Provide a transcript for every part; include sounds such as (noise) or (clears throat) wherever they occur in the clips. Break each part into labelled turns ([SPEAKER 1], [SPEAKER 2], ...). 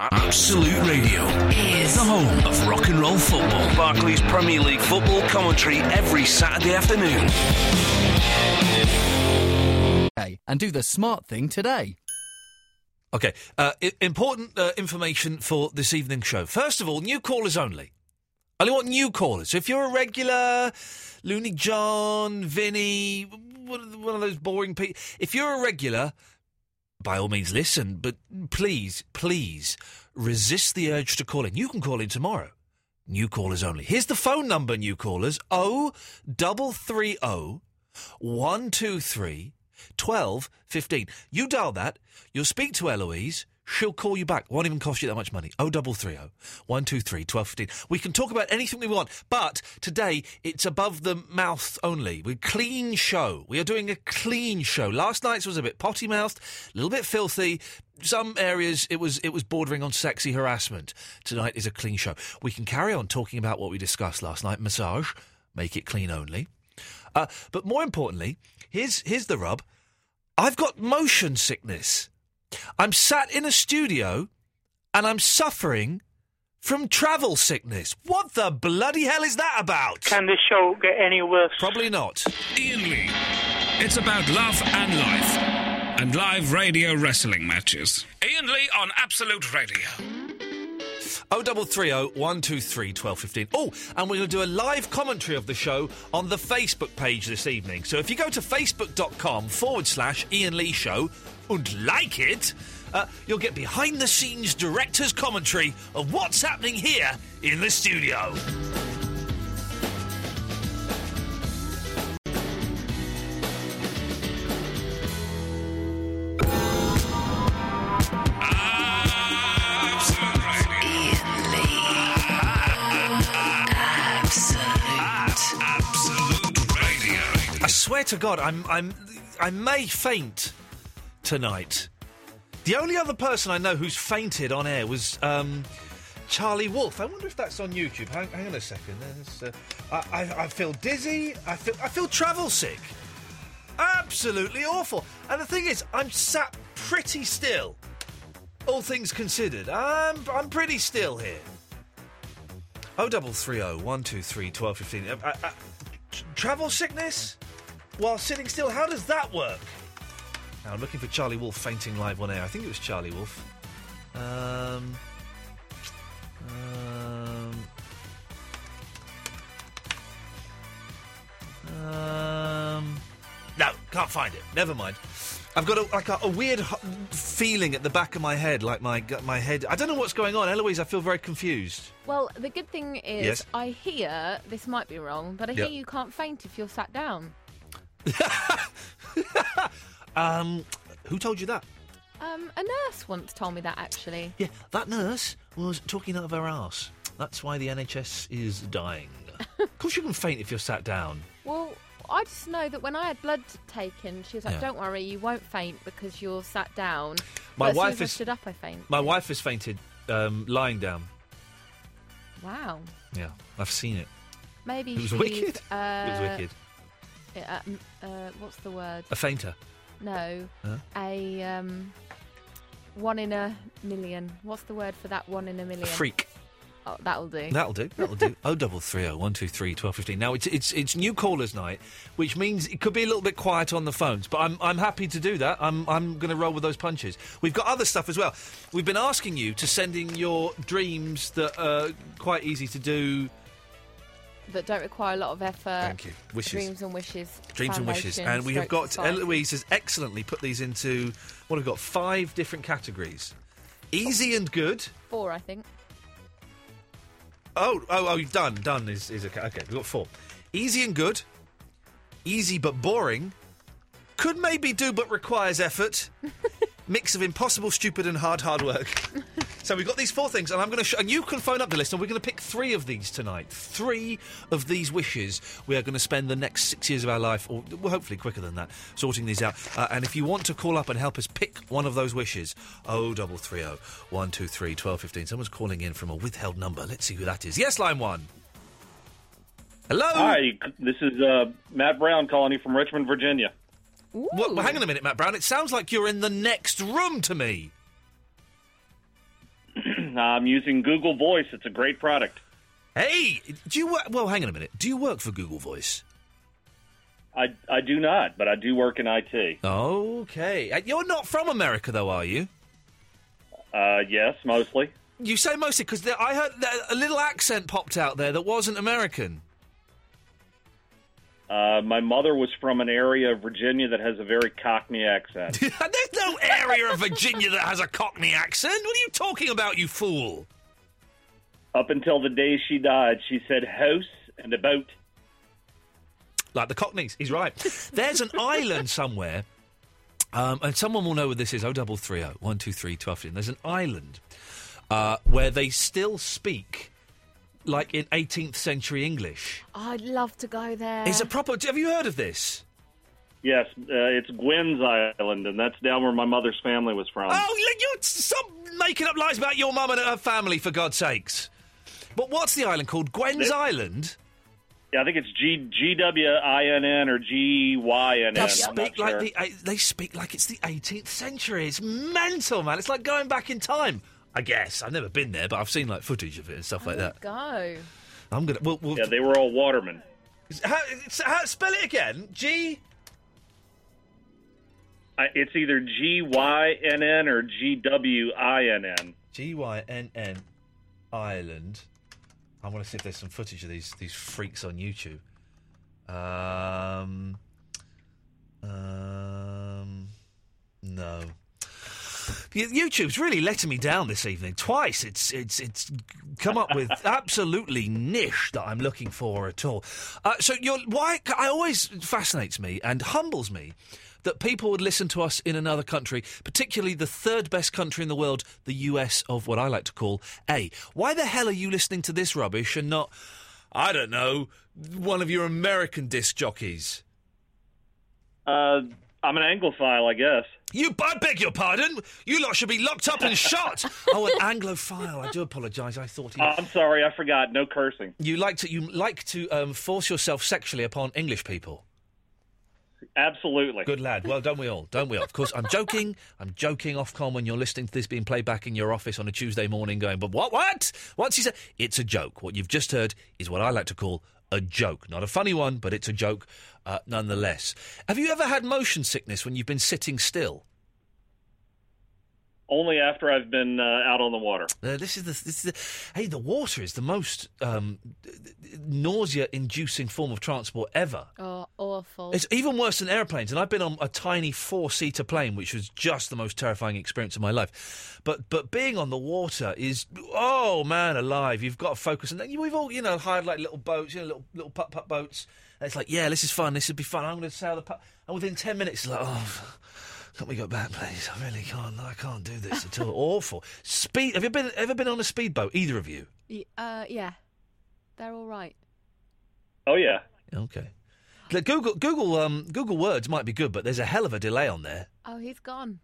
[SPEAKER 1] Absolute Radio,
[SPEAKER 2] is
[SPEAKER 1] the home of rock and roll football. Barclays Premier League football commentary every Saturday afternoon.
[SPEAKER 3] day and do the smart thing today.
[SPEAKER 4] Okay. Uh, I- important uh, information for this evening's show. First of all, new callers only. I only want new callers. So if you're a regular, Looney John, Vinny, one of the- one of those boring people. If you're a regular, by all means listen, but please, please resist the urge to call in. You can call in tomorrow. New callers only. Here's the phone number, new callers Oh, 0330 123 12 15. You dial that, you'll speak to Eloise, she'll call you back. Won't even cost you that much money. Oh, 0330 123 12 15. We can talk about anything we want, but today it's above the mouth only. We're clean show. We are doing a clean show. Last night's was a bit potty mouthed, a little bit filthy. Some areas it was it was bordering on sexy harassment. Tonight is a clean show. We can carry on talking about what we discussed last night. Massage, make it clean only. Uh, but more importantly, here's here's the rub. I've got motion sickness. I'm sat in a studio, and I'm suffering from travel sickness. What the bloody hell is that about?
[SPEAKER 5] Can this show get any worse?
[SPEAKER 4] Probably not.
[SPEAKER 6] Ian Lee. It's about love and life and live radio wrestling matches. Ian Lee on Absolute Radio.
[SPEAKER 4] Oh, double three oh one two three twelve fifteen. Oh, and we're going to do a live commentary of the show on the Facebook page this evening. So if you go to facebook.com forward slash Ian Lee Show and like it, uh, you'll get behind the scenes director's commentary of what's happening here in the studio.
[SPEAKER 6] Absolute Radio.
[SPEAKER 2] Ian Lee. Absolute.
[SPEAKER 6] Absolute Radio.
[SPEAKER 4] I swear to God, I'm, I'm, I may faint tonight. The only other person I know who's fainted on air was um, Charlie Wolf. I wonder if that's on YouTube. Hang, hang on a second. There's, uh, I, I, I feel dizzy. I feel, I feel travel sick. Absolutely awful. And the thing is, I'm sat pretty still. All things considered, I'm, I'm pretty still here. Oh, double three oh one two three twelve fifteen. Uh, uh, uh, t- Travel sickness while sitting still. How does that work? Now I'm looking for Charlie Wolf fainting live on air. I think it was Charlie Wolf. Um. Um. Um. No, can't find it. Never mind. I've got a, like a, a weird h- feeling at the back of my head, like my gut- my head. I don't know what's going on, Eloise. I feel very confused.
[SPEAKER 7] Well, the good thing is,
[SPEAKER 4] Yes.
[SPEAKER 7] I hear this might be wrong, but I
[SPEAKER 4] Yeah.
[SPEAKER 7] hear you can't faint if you're sat down.
[SPEAKER 4] Um, who told you that?
[SPEAKER 7] Um, a nurse once told me that actually.
[SPEAKER 4] Yeah, that nurse was talking out of her ass. That's why the NHS is dying. of course, you can faint if you're sat down.
[SPEAKER 7] Well, I just know that when I had blood taken, she was like,
[SPEAKER 4] Yeah.
[SPEAKER 7] "Don't worry, you won't faint because you're sat down."
[SPEAKER 4] My
[SPEAKER 7] but as soon
[SPEAKER 4] wife
[SPEAKER 7] as I
[SPEAKER 4] is-
[SPEAKER 7] stood up. I faint.
[SPEAKER 4] My wife has fainted um, lying down.
[SPEAKER 7] Wow.
[SPEAKER 4] Yeah, I've seen it.
[SPEAKER 7] Maybe
[SPEAKER 4] It was
[SPEAKER 7] she's,
[SPEAKER 4] wicked.
[SPEAKER 7] Uh,
[SPEAKER 4] it was wicked.
[SPEAKER 7] Uh, m- uh, what's the word?
[SPEAKER 4] A fainter.
[SPEAKER 7] No,
[SPEAKER 4] Huh?
[SPEAKER 7] a um, one in a million. What's the word for that one in a million?
[SPEAKER 4] A freak.
[SPEAKER 7] Oh, that'll do.
[SPEAKER 4] That'll do. That'll (laughs) do. Oh, double three oh one two three twelve fifteen. Now it's it's it's new callers night, which means it could be a little bit quiet on the phones. But I'm I'm happy to do that. I'm I'm going to roll with those punches. We've got other stuff as well. We've been asking you to send in your dreams that are quite easy to do.
[SPEAKER 7] that don't require a lot of effort.
[SPEAKER 4] Thank you. Wishes.
[SPEAKER 7] Dreams and wishes.
[SPEAKER 4] Dreams and wishes,
[SPEAKER 7] Foundation,
[SPEAKER 4] and we have
[SPEAKER 7] stroke
[SPEAKER 4] got
[SPEAKER 7] society.
[SPEAKER 4] Eloise has excellently put these into what have we got five different categories: easy and good.
[SPEAKER 7] Four, I think.
[SPEAKER 4] Oh, oh, oh, done, done is, is okay. Okay, we've got four. Easy and good. Easy but boring. Could (laughs) maybe do but requires effort. Mix of impossible, stupid, and hard, hard work. So we've got these four things, and I'm going to sh- and you can phone up the list, and we're going to pick three of these tonight. Three of these wishes we are going to spend the next six years of our life, or well, hopefully quicker than that, sorting these out. Uh, and if you want to call up and help us pick one of those wishes, oh double three oh one two three twelve fifteen. Someone's calling in from a withheld number. Let's see who that is. Yes, line one. Hello.
[SPEAKER 8] Hi, this is uh, Matt Brown calling you from Richmond, Virginia.
[SPEAKER 4] Well, well, hang on a minute, Matt Brown. It sounds like you're in the next room to me.
[SPEAKER 8] (clears throat) I'm using Google Voice. It's a great product.
[SPEAKER 4] Hey, do you work? Well, hang on a minute. Do you work for Google Voice?
[SPEAKER 8] I, I do not, but I do work in IT.
[SPEAKER 4] Oh, Okay. Uh, You're not from America, though, are you?
[SPEAKER 8] Uh, yes, mostly.
[SPEAKER 4] You say mostly because I heard that a little accent popped out there that wasn't (laughs) American.
[SPEAKER 8] Uh, my mother was from an area of Virginia that has a very Cockney
[SPEAKER 4] (laughs)
[SPEAKER 8] accent.
[SPEAKER 4] There's no area of Virginia that has a Cockney accent. What are you talking about, you fool?
[SPEAKER 8] Up until the day she died, she said house and a boat.
[SPEAKER 4] Like the Cockneys. He's right. There's an island somewhere, um, and someone will know what this is. Oh, double three oh one two three twelve fifteen. There's an island uh, where they still speak like in 18th century English.
[SPEAKER 7] I'd love to go there.
[SPEAKER 4] It's a proper. Have you heard of this?
[SPEAKER 8] Yes, uh, it's Gwyn's Island, and that's down where my mother's family was from.
[SPEAKER 4] Oh, look, you stop making up lies about your mum and her family, for God's sakes. But what's the island called? Gwen's
[SPEAKER 8] It-
[SPEAKER 4] Island?
[SPEAKER 8] Yeah, I think it's G G W I N N or G Y N N.
[SPEAKER 4] They
[SPEAKER 8] I'm
[SPEAKER 4] speak
[SPEAKER 8] not
[SPEAKER 4] like
[SPEAKER 8] sure.
[SPEAKER 4] the uh, they speak like it's the 18th century. It's mental, man. It's like going back in time. I guess I've never been there, but I've seen like footage of it and stuff like that.
[SPEAKER 7] Go.
[SPEAKER 4] I'm gonna. We'll, we'll,
[SPEAKER 8] Yeah, they were all watermen.
[SPEAKER 4] how, it's- how- spell it again. G.
[SPEAKER 8] I, it's either G Y N N or G W I N N.
[SPEAKER 4] G Y N N Ireland. I want to see if there's some footage of these these freaks on YouTube. Um, um, no. Y- YouTube's really letting me down this evening. Twice, it's it's it's come up with absolutely niche that I'm looking for at all. Uh, so you're why? I always fascinates me and humbles me that people would listen to us in another country, particularly the third best country in the world, the US of what I like to call A. Why the hell are you listening to this rubbish and not? I don't know. One of your American disc jockeys.
[SPEAKER 8] Uh, I'm an Anglophile, I guess.
[SPEAKER 4] You, I beg your pardon. You lot should be locked up and shot. oh, an Anglophile. I do apologise. I thought
[SPEAKER 8] (laughs)
[SPEAKER 4] he.
[SPEAKER 8] I'm sorry, I forgot. No cursing.
[SPEAKER 4] you like to you like to um, force yourself sexually upon English people.
[SPEAKER 8] Absolutely.
[SPEAKER 4] Good lad. Well, don't we all? Don't we all? Of course, I'm joking. I'm joking off con when you're listening to this being played back in your office on a Tuesday morning going, but what, what? What's he said? It's a joke. What you've just heard is what I like to call a joke. Not a funny one, but it's a joke uh, nonetheless. Have you ever had motion sickness when you've been sitting still?
[SPEAKER 8] Only after I've been uh, out on the water.
[SPEAKER 4] Uh, this is the this is the, hey the water is the most um, nausea inducing form of transport ever.
[SPEAKER 7] Oh, awful.
[SPEAKER 4] It's even worse than airplanes, and I've been on a tiny four-seater plane, which was just the most terrifying experience of my life. But but being on the water is oh man, alive! You've got to focus, and then you- we've all you know hired like little boats, you know, little little putt putt boats. And it's like yeah, this is fun. This would be fun. I'm going to sail the putt, and within ten minutes, it's like oh. Can we go back, please? I really can't. I can't do this
[SPEAKER 8] (laughs)
[SPEAKER 4] at all. Awful speed. Have you been ever been on a speedboat? Either of you?
[SPEAKER 7] Y- uh, yeah, they're all right.
[SPEAKER 8] Oh, yeah.
[SPEAKER 4] Okay. The Google Google um, Google Words might be good, but there's a hell of a delay on there.
[SPEAKER 7] Oh, he's gone.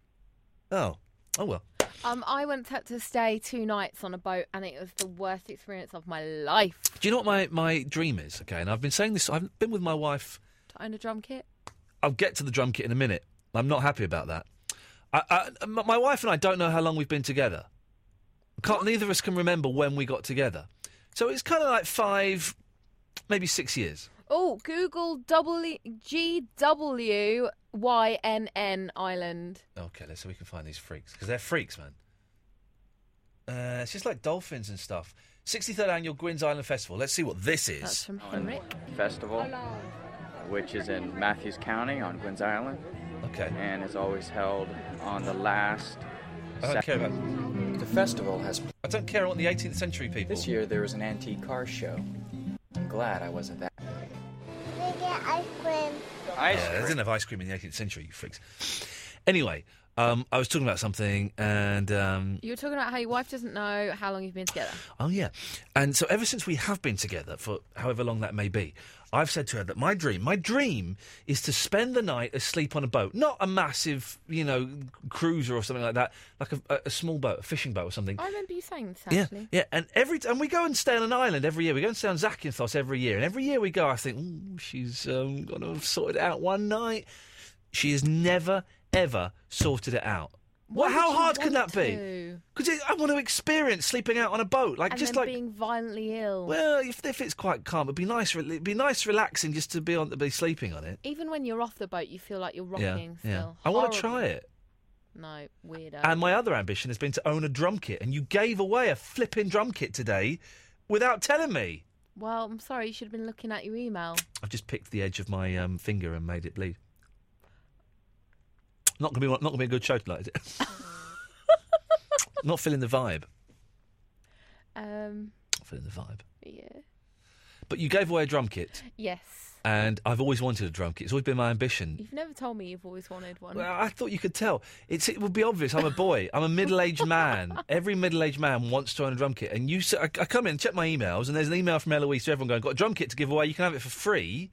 [SPEAKER 4] Oh. Oh well.
[SPEAKER 7] Um, I went had to stay two nights on a boat, and it was the worst experience of my life.
[SPEAKER 4] Do you know what my, my dream is? Okay, and I've been saying this. I've been with my wife.
[SPEAKER 7] To own a drum kit.
[SPEAKER 4] I'll get to the drum kit in a minute. I'm not happy about that. I, I, m- my wife and I don't know how long we've been together. Can't, neither of us can remember when we got together. So it's kind of like five, maybe six years.
[SPEAKER 7] Oh, Google W G W Y N N Island.
[SPEAKER 4] Okay, let's see if we can find these freaks because they're freaks, man. Uh, it's just like dolphins and stuff. 63rd annual Gwyn's Island Festival. Let's see what this is.
[SPEAKER 7] That's from Henrik.
[SPEAKER 9] Festival, which is in Matthews County on Gwyn's Island,
[SPEAKER 4] okay,
[SPEAKER 9] and is always held on the last.
[SPEAKER 4] I don't care about.
[SPEAKER 9] The festival has.
[SPEAKER 4] I don't care about the 18th century people.
[SPEAKER 9] This year there was an antique car show. I'm glad I wasn't that.
[SPEAKER 10] They get ice cream.
[SPEAKER 9] Ice
[SPEAKER 4] Yeah, they
[SPEAKER 9] cream.
[SPEAKER 4] didn't have ice cream in the 18th century, you freaks. Anyway, um, I was talking about something, and um,
[SPEAKER 7] You were talking about how your wife doesn't know how long you've been together.
[SPEAKER 4] Oh yeah, and so ever since we have been together for however long that may be, I've said to her that my dream, my dream is to spend the night asleep on a boat, not a massive, you know, cruiser or something like that, like a, a- a small boat, a fishing boat or something.
[SPEAKER 7] I remember you saying this
[SPEAKER 4] Yeah,
[SPEAKER 7] actually.
[SPEAKER 4] yeah, and every t- and we go and stay on an island every year. We go and stay on Zakynthos every year, and every year we go. I think "Ooh, she's um, going to have sorted it out one night. She has never ever sorted it out.
[SPEAKER 7] Why
[SPEAKER 4] What? How
[SPEAKER 7] would you
[SPEAKER 4] hard can that
[SPEAKER 7] want
[SPEAKER 4] be?
[SPEAKER 7] to?
[SPEAKER 4] Because I want to experience sleeping out on a boat, like
[SPEAKER 7] and
[SPEAKER 4] just
[SPEAKER 7] then
[SPEAKER 4] like
[SPEAKER 7] being violently ill.
[SPEAKER 4] well, if, if it's quite calm, it'd be nice. re- It'd be nice, relaxing, just to be on, to be sleeping on it.
[SPEAKER 7] Even when you're off the boat, you feel like you're
[SPEAKER 4] yeah,
[SPEAKER 7] rocking
[SPEAKER 4] yeah.
[SPEAKER 7] still.
[SPEAKER 4] I want
[SPEAKER 7] Horrible.
[SPEAKER 4] to try it.
[SPEAKER 7] No, weirdo.
[SPEAKER 4] And my other ambition has been to own a drum kit, and you gave away a flipping drum kit today without telling me.
[SPEAKER 7] well, I'm sorry, you should have been looking at your email.
[SPEAKER 4] I've just picked the edge of my um, finger and made it bleed. Not gonna be not gonna be a good show tonight, is
[SPEAKER 7] (laughs)
[SPEAKER 4] it? not feeling the vibe.
[SPEAKER 7] Um,
[SPEAKER 4] Not feeling the vibe.
[SPEAKER 7] yeah.
[SPEAKER 4] But you gave away a drum kit,
[SPEAKER 7] Yes.
[SPEAKER 4] and I've always wanted a drum kit. It's always been my ambition.
[SPEAKER 7] You've never told me you've always wanted one.
[SPEAKER 4] Well, I thought you could tell. It's, it would be obvious. I'm a boy. I'm a middle-aged man. Every middle-aged man wants to own a drum kit. And you, s- I, I come in, check my emails, and there's an email from Eloise to everyone going, "Got a drum kit to give away. You can have it for free."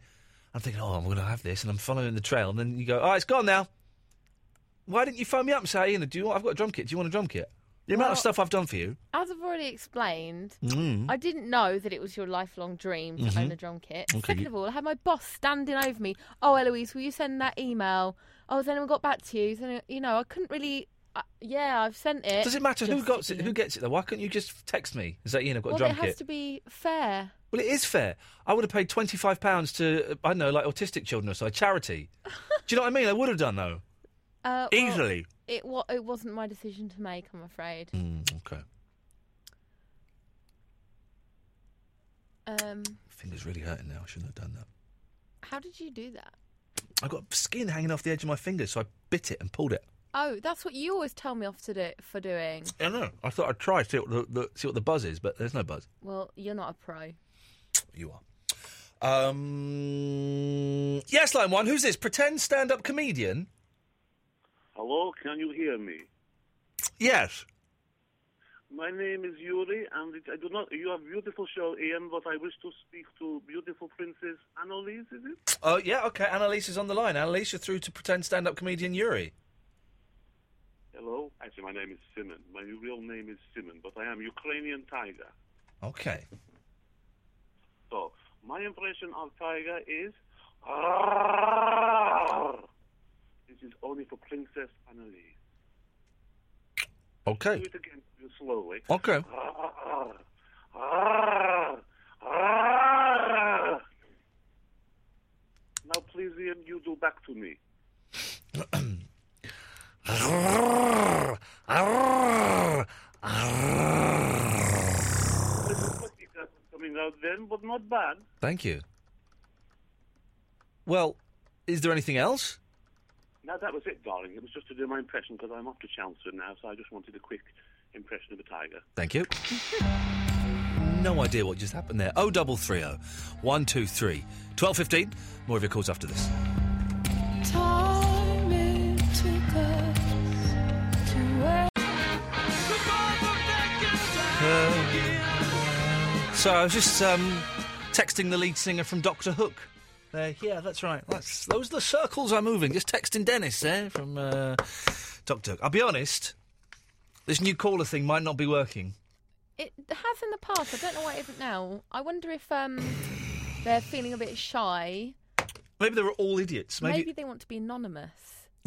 [SPEAKER 4] I'm thinking, "Oh, I'm going to have this," and I'm following the trail. And then you go, "Oh, it's gone now." Why didn't you phone me up and say, "Ian, do you want? I've got a drum kit. Do you want a drum kit?" The amount of
[SPEAKER 7] Well-
[SPEAKER 4] stuff I've done for you.
[SPEAKER 7] As I've already explained,
[SPEAKER 4] Mm.
[SPEAKER 7] I didn't know that it was your lifelong dream to own
[SPEAKER 4] Mhm.
[SPEAKER 7] a drum kit.
[SPEAKER 4] Okay,
[SPEAKER 7] Second
[SPEAKER 4] you-
[SPEAKER 7] of all, I had my boss standing over me. Oh, Eloise, will you send that email? Oh, has anyone got back to you? Has anyone- you know, I couldn't really. Uh, yeah, I've sent it.
[SPEAKER 4] Does it matter who
[SPEAKER 7] Just
[SPEAKER 4] got
[SPEAKER 7] to
[SPEAKER 4] it?
[SPEAKER 7] Ian.
[SPEAKER 4] Who gets it though? Why couldn't you just text me? Is that Ian? I've got
[SPEAKER 7] well,
[SPEAKER 4] a drum
[SPEAKER 7] it has
[SPEAKER 4] kit.
[SPEAKER 7] to be fair.
[SPEAKER 4] Well, it is fair. I would have paid twenty five pounds to uh, I don't know, like autistic children or so, a charity. Do you know what I mean? I would have done though.
[SPEAKER 7] Uh, well,
[SPEAKER 4] Easily.
[SPEAKER 7] It wa- it wasn't my decision to make. I'm afraid.
[SPEAKER 4] Mm, okay,
[SPEAKER 7] Um,
[SPEAKER 4] fingers really hurting now. I shouldn't have done that.
[SPEAKER 7] how did you do that?
[SPEAKER 4] I got skin hanging off the edge of my finger, so I bit it and pulled it.
[SPEAKER 7] Oh, that's what you always tell me off to do for doing.
[SPEAKER 4] I don't know. I thought I'd try see what the, the see what the buzz is, but there's no buzz.
[SPEAKER 7] Well, you're not a pro.
[SPEAKER 4] You are. Um. Yes, line one. Who's this? Pretend stand up comedian.
[SPEAKER 10] Hello, can you hear me?
[SPEAKER 4] Yes.
[SPEAKER 10] My name is Yuri, and it, I do not. You have beautiful show, Ian, but I wish to speak to beautiful Princess Annalise. Is it?
[SPEAKER 4] Oh yeah. Okay. Annalise is on the line. Annalise, you're through to pretend stand up comedian Yuri.
[SPEAKER 10] Hello. Actually, my name is Simon. My real name is Simon, but I am Ukrainian Tiger.
[SPEAKER 4] Okay.
[SPEAKER 10] So my impression of Tiger is. This is only for Princess Annalise.
[SPEAKER 4] Okay.
[SPEAKER 10] Do it again slowly.
[SPEAKER 4] Okay.
[SPEAKER 10] Now, please, Ian, you do back to me. Coming out then, but not bad.
[SPEAKER 4] Thank you. Well, is there anything else?
[SPEAKER 10] Now, that was it, darling. It was just to do my impression because I'm off to Chelmsford now, so I just wanted a quick impression of a tiger.
[SPEAKER 4] Thank you. (laughs) No idea what just happened there. Oh, 0330 123 1215. More of your calls after this.
[SPEAKER 11] Time it took us to
[SPEAKER 4] Uh, so I was just um, texting the lead singer from Doctor Hook. Uh, yeah, that's right. That's those are the circles I'm moving. Just texting Dennis there from uh, Doctor Hook. I'll be honest, this new caller thing might not be working.
[SPEAKER 7] It has in the past. I don't know why it isn't now. I wonder if um they're feeling a bit shy.
[SPEAKER 4] Maybe they were all idiots.
[SPEAKER 7] Maybe,
[SPEAKER 4] Maybe,
[SPEAKER 7] they want to be anonymous.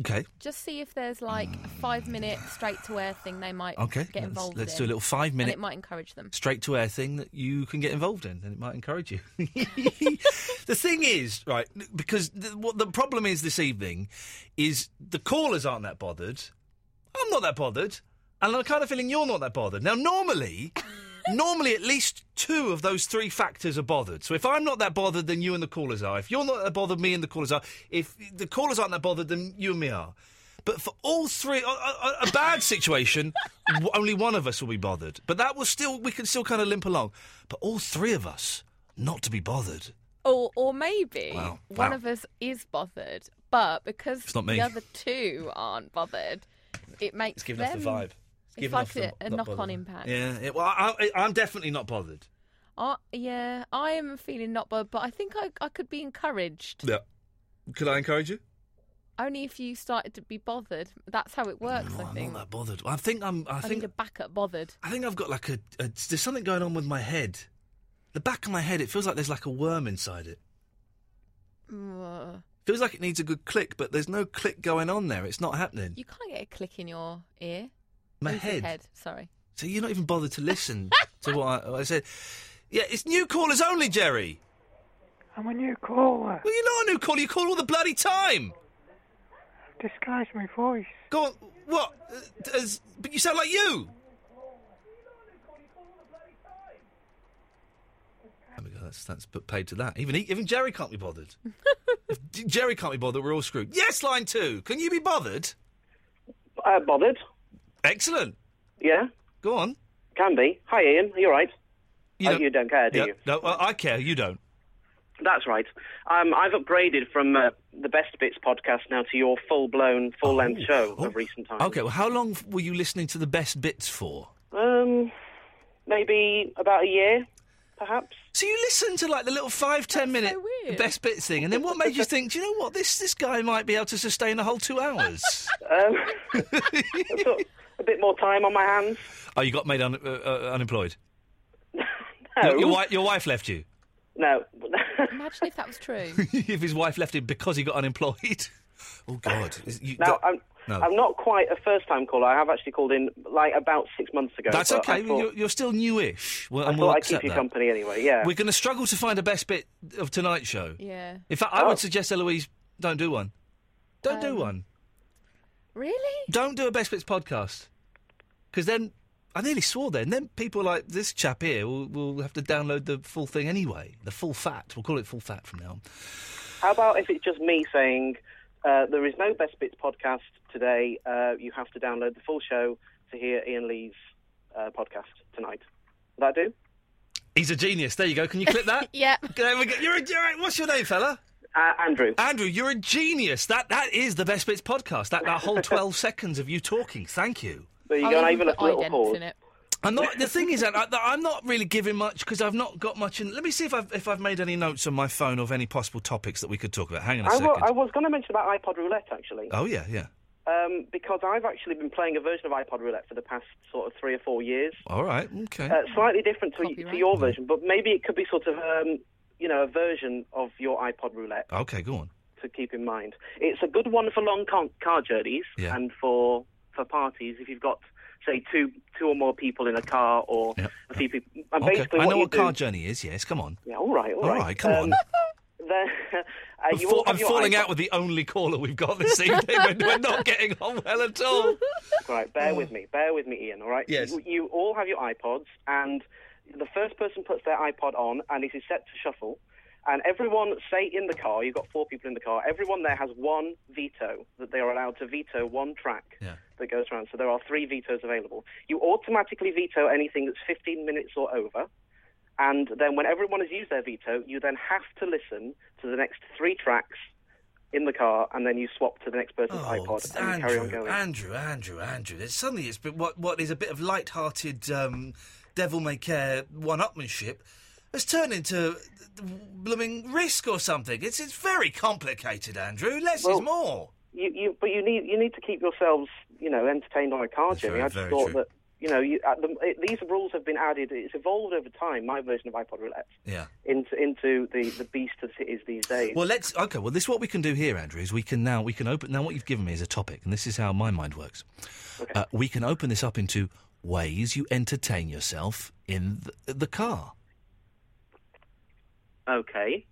[SPEAKER 4] okay.
[SPEAKER 7] Just see if there's like a five minute straight to air thing they might
[SPEAKER 4] Okay,
[SPEAKER 7] get
[SPEAKER 4] let's-
[SPEAKER 7] involved
[SPEAKER 4] let's
[SPEAKER 7] in.
[SPEAKER 4] do a little five
[SPEAKER 7] And
[SPEAKER 4] minute-
[SPEAKER 7] it might encourage them.
[SPEAKER 4] straight to air thing that you can get involved in, and it might encourage you. (laughs) the thing is, right, because the, what the problem is this evening is the callers aren't that bothered. I'm not that bothered, and I'm kind of feeling you're not that bothered. Now, normally, normally at least two of those three factors are bothered. So if I'm not that bothered, then you and the callers are. If you're not that bothered, me and the callers are. If the callers aren't that bothered, then you and me are. But for all three, a, a, a bad situation, w- only one of us will be bothered. But that will still, we can still kind of limp along. But all three of us, not to be bothered.
[SPEAKER 7] Or or maybe
[SPEAKER 4] Wow,
[SPEAKER 7] one
[SPEAKER 4] wow.
[SPEAKER 7] of us is bothered, But because
[SPEAKER 4] It's not me.
[SPEAKER 7] the other two aren't bothered, it
[SPEAKER 4] It's
[SPEAKER 7] makes
[SPEAKER 4] giving
[SPEAKER 7] them,
[SPEAKER 4] off the vibe. It's
[SPEAKER 7] It's
[SPEAKER 4] giving
[SPEAKER 7] like
[SPEAKER 4] off the,
[SPEAKER 7] a, a
[SPEAKER 4] not
[SPEAKER 7] knock-on
[SPEAKER 4] bothered.
[SPEAKER 7] impact.
[SPEAKER 4] Yeah, it, well, I, I, I'm definitely not bothered.
[SPEAKER 7] I, yeah, I am feeling not bothered, but I think I, I could be encouraged.
[SPEAKER 4] Yeah. Could I encourage you?
[SPEAKER 7] Only if you started to be bothered. That's how it works, I think.
[SPEAKER 4] Not bothered. I think I'm. I
[SPEAKER 7] I
[SPEAKER 4] think
[SPEAKER 7] need a backup bothered.
[SPEAKER 4] I think I've got like a, a. There's something going on with my head. The back of my head. It feels like there's like a worm inside it.
[SPEAKER 7] Mm,
[SPEAKER 4] Feels like it needs a good click, but there's no click going on there. It's not happening.
[SPEAKER 7] You can't get a click in your ear.
[SPEAKER 4] My
[SPEAKER 7] Oh, it's your
[SPEAKER 4] head.
[SPEAKER 7] Sorry.
[SPEAKER 4] So you're not even bothered to listen to what I, what I said. Yeah, it's new callers only, Jerry.
[SPEAKER 12] I'm a new caller.
[SPEAKER 4] Well, you're not a new caller. You call all the bloody time.
[SPEAKER 12] Disguise my voice.
[SPEAKER 4] Go on. What? Uh, as- but you sound like you. There we go. That's that's but paid to that. Even he, even Jerry can't be
[SPEAKER 12] (laughs)
[SPEAKER 4] bothered. if J- Jerry can't be bothered, we're all screwed. Yes, line two. Can you be bothered?
[SPEAKER 13] Uh, bothered.
[SPEAKER 4] Excellent.
[SPEAKER 13] Yeah.
[SPEAKER 4] Go on.
[SPEAKER 13] Can be. Hi, Ian. Are you all right?
[SPEAKER 4] You
[SPEAKER 13] Oh,
[SPEAKER 4] don't-
[SPEAKER 13] you don't care, do
[SPEAKER 4] Yeah,
[SPEAKER 13] you?
[SPEAKER 4] No, well, I care. You don't.
[SPEAKER 13] That's right. Um, I've upgraded from uh, the Best Bits podcast now to your full-blown, full-length show of recent times.
[SPEAKER 4] Oh, Okay. Well, how long f- were you listening to the best bits for?
[SPEAKER 13] Um, maybe about a year, perhaps.
[SPEAKER 4] So you listened to like the little five ten minute
[SPEAKER 13] weird.
[SPEAKER 4] best bits thing, and then what made you think? Do you know what this this guy might be able to sustain a whole two hours?
[SPEAKER 13] (laughs)
[SPEAKER 4] (laughs)
[SPEAKER 13] Um, I thought a bit more time on my hands.
[SPEAKER 4] Oh, you got made un- uh, uh, unemployed.
[SPEAKER 13] No.
[SPEAKER 4] Your, your, wi-
[SPEAKER 13] (laughs)
[SPEAKER 4] your wife left you.
[SPEAKER 13] No.
[SPEAKER 7] Imagine if that was true.
[SPEAKER 4] (laughs) if his wife left him because he got unemployed. (laughs) oh God. Is- you-
[SPEAKER 13] Now I'm.
[SPEAKER 4] No.
[SPEAKER 13] I'm not quite a first-time caller. I have actually called in like about six months ago.
[SPEAKER 4] That's
[SPEAKER 13] but
[SPEAKER 4] okay.
[SPEAKER 13] I thought,
[SPEAKER 4] you're, you're still newish. Well,
[SPEAKER 13] I
[SPEAKER 4] and
[SPEAKER 13] thought
[SPEAKER 4] we'll
[SPEAKER 13] I'd keep
[SPEAKER 4] accept
[SPEAKER 13] you
[SPEAKER 4] that.
[SPEAKER 13] company anyway. Yeah.
[SPEAKER 4] We're going to struggle to find a best bit of tonight's show.
[SPEAKER 7] Yeah.
[SPEAKER 4] In fact,
[SPEAKER 7] Oh.
[SPEAKER 4] I would suggest Eloise don't do one. Don't do one.
[SPEAKER 7] Um, Really?
[SPEAKER 4] Don't do a best bits podcast because then I nearly swore. Then then people like this chap here will, will have to download the full thing anyway. The full fat. We'll call it full fat from now on.
[SPEAKER 13] How about if it's just me saying uh, there is no Best Bits podcast today? Uh, you have to download the full show to hear Ian Lee's uh, podcast tonight. Will that do?
[SPEAKER 4] He's a genius. There you go. Can you clip that?
[SPEAKER 7] (laughs) yeah.
[SPEAKER 4] There we go. You're a, you're a- what's your name, fella?
[SPEAKER 13] Uh, Andrew.
[SPEAKER 4] Andrew, you're a genius. That that is the best bits podcast. That that
[SPEAKER 13] (laughs)
[SPEAKER 4] whole twelve seconds of you talking. Thank you.
[SPEAKER 13] There you go. And I even left a little pause.
[SPEAKER 4] I'm not. The thing is, Ant, I, I'm not really giving much because I've not got much. In, let me see if I've if I've made any notes on my phone of any possible topics that we could talk about. Hang on a
[SPEAKER 13] I
[SPEAKER 4] second.
[SPEAKER 13] wa- I was going to mention about iPod Roulette actually,
[SPEAKER 4] oh yeah, yeah.
[SPEAKER 13] um, because I've actually been playing a version of iPod Roulette for the past sort of three or four years.
[SPEAKER 4] All right. Okay.
[SPEAKER 13] Uh, slightly different to, to your version, but maybe it could be sort of um, you know a version of your iPod Roulette.
[SPEAKER 4] okay. Go on.
[SPEAKER 13] to keep in mind. It's a good one for long con- car journeys
[SPEAKER 4] Yeah.
[SPEAKER 13] and for for parties if you've got say two two or more people in a car or a few people. And
[SPEAKER 4] okay.
[SPEAKER 13] basically,
[SPEAKER 4] I know
[SPEAKER 13] you
[SPEAKER 4] what
[SPEAKER 13] do,
[SPEAKER 4] car journey is. Yes. Come on.
[SPEAKER 13] Yeah, all right, all
[SPEAKER 4] All
[SPEAKER 13] right. Um,
[SPEAKER 4] right, come on.
[SPEAKER 13] (laughs) Then, uh,
[SPEAKER 4] I'm,
[SPEAKER 13] you
[SPEAKER 4] fa-
[SPEAKER 13] all have
[SPEAKER 4] I'm
[SPEAKER 13] your
[SPEAKER 4] falling
[SPEAKER 13] iPod-
[SPEAKER 4] out with the only caller we've got
[SPEAKER 13] (laughs)
[SPEAKER 4] this evening. we're, we're not getting on well at all. Oh.
[SPEAKER 13] Right, bear with me. Bear with me, Ian, all right?
[SPEAKER 4] Yes.
[SPEAKER 13] You, you all have your iPods, and the first person puts their iPod on, and it is set to shuffle. And everyone, say in the car, you've got four people in the car, everyone there has one veto that they are allowed to veto one track that goes around. So there are three vetoes available. You automatically veto anything that's 15 minutes or over. And then when everyone has used their veto, you then have to listen to the next three tracks in the car, and then you swap to the next person's
[SPEAKER 4] Oh,
[SPEAKER 13] iPod and you carry on
[SPEAKER 4] Andrew,
[SPEAKER 13] going.
[SPEAKER 4] Andrew, Andrew, Andrew. There's suddenly it's been what what is a bit of light-hearted um, devil may care one-upmanship has turned into blooming risk or something. It's it's very complicated, Andrew. Less
[SPEAKER 13] Well,
[SPEAKER 4] is more.
[SPEAKER 13] you, you, but you need you need to keep yourselves, you know, entertained on a car journey.
[SPEAKER 4] very-
[SPEAKER 13] I just
[SPEAKER 4] very
[SPEAKER 13] thought
[SPEAKER 4] true.
[SPEAKER 13] that, you know, you, at the, it, these rules have been added. It's evolved over time. My version of iPod Roulette
[SPEAKER 4] Yeah.
[SPEAKER 13] into into the, the beast that it is these days.
[SPEAKER 4] Well, let's. Okay. Well, this what we can do here, Andrew, is we can now we can open now. What you've given me is a topic, and this is how my mind works. Uh, we can open this up into ways you entertain yourself in the, the car.
[SPEAKER 13] okay.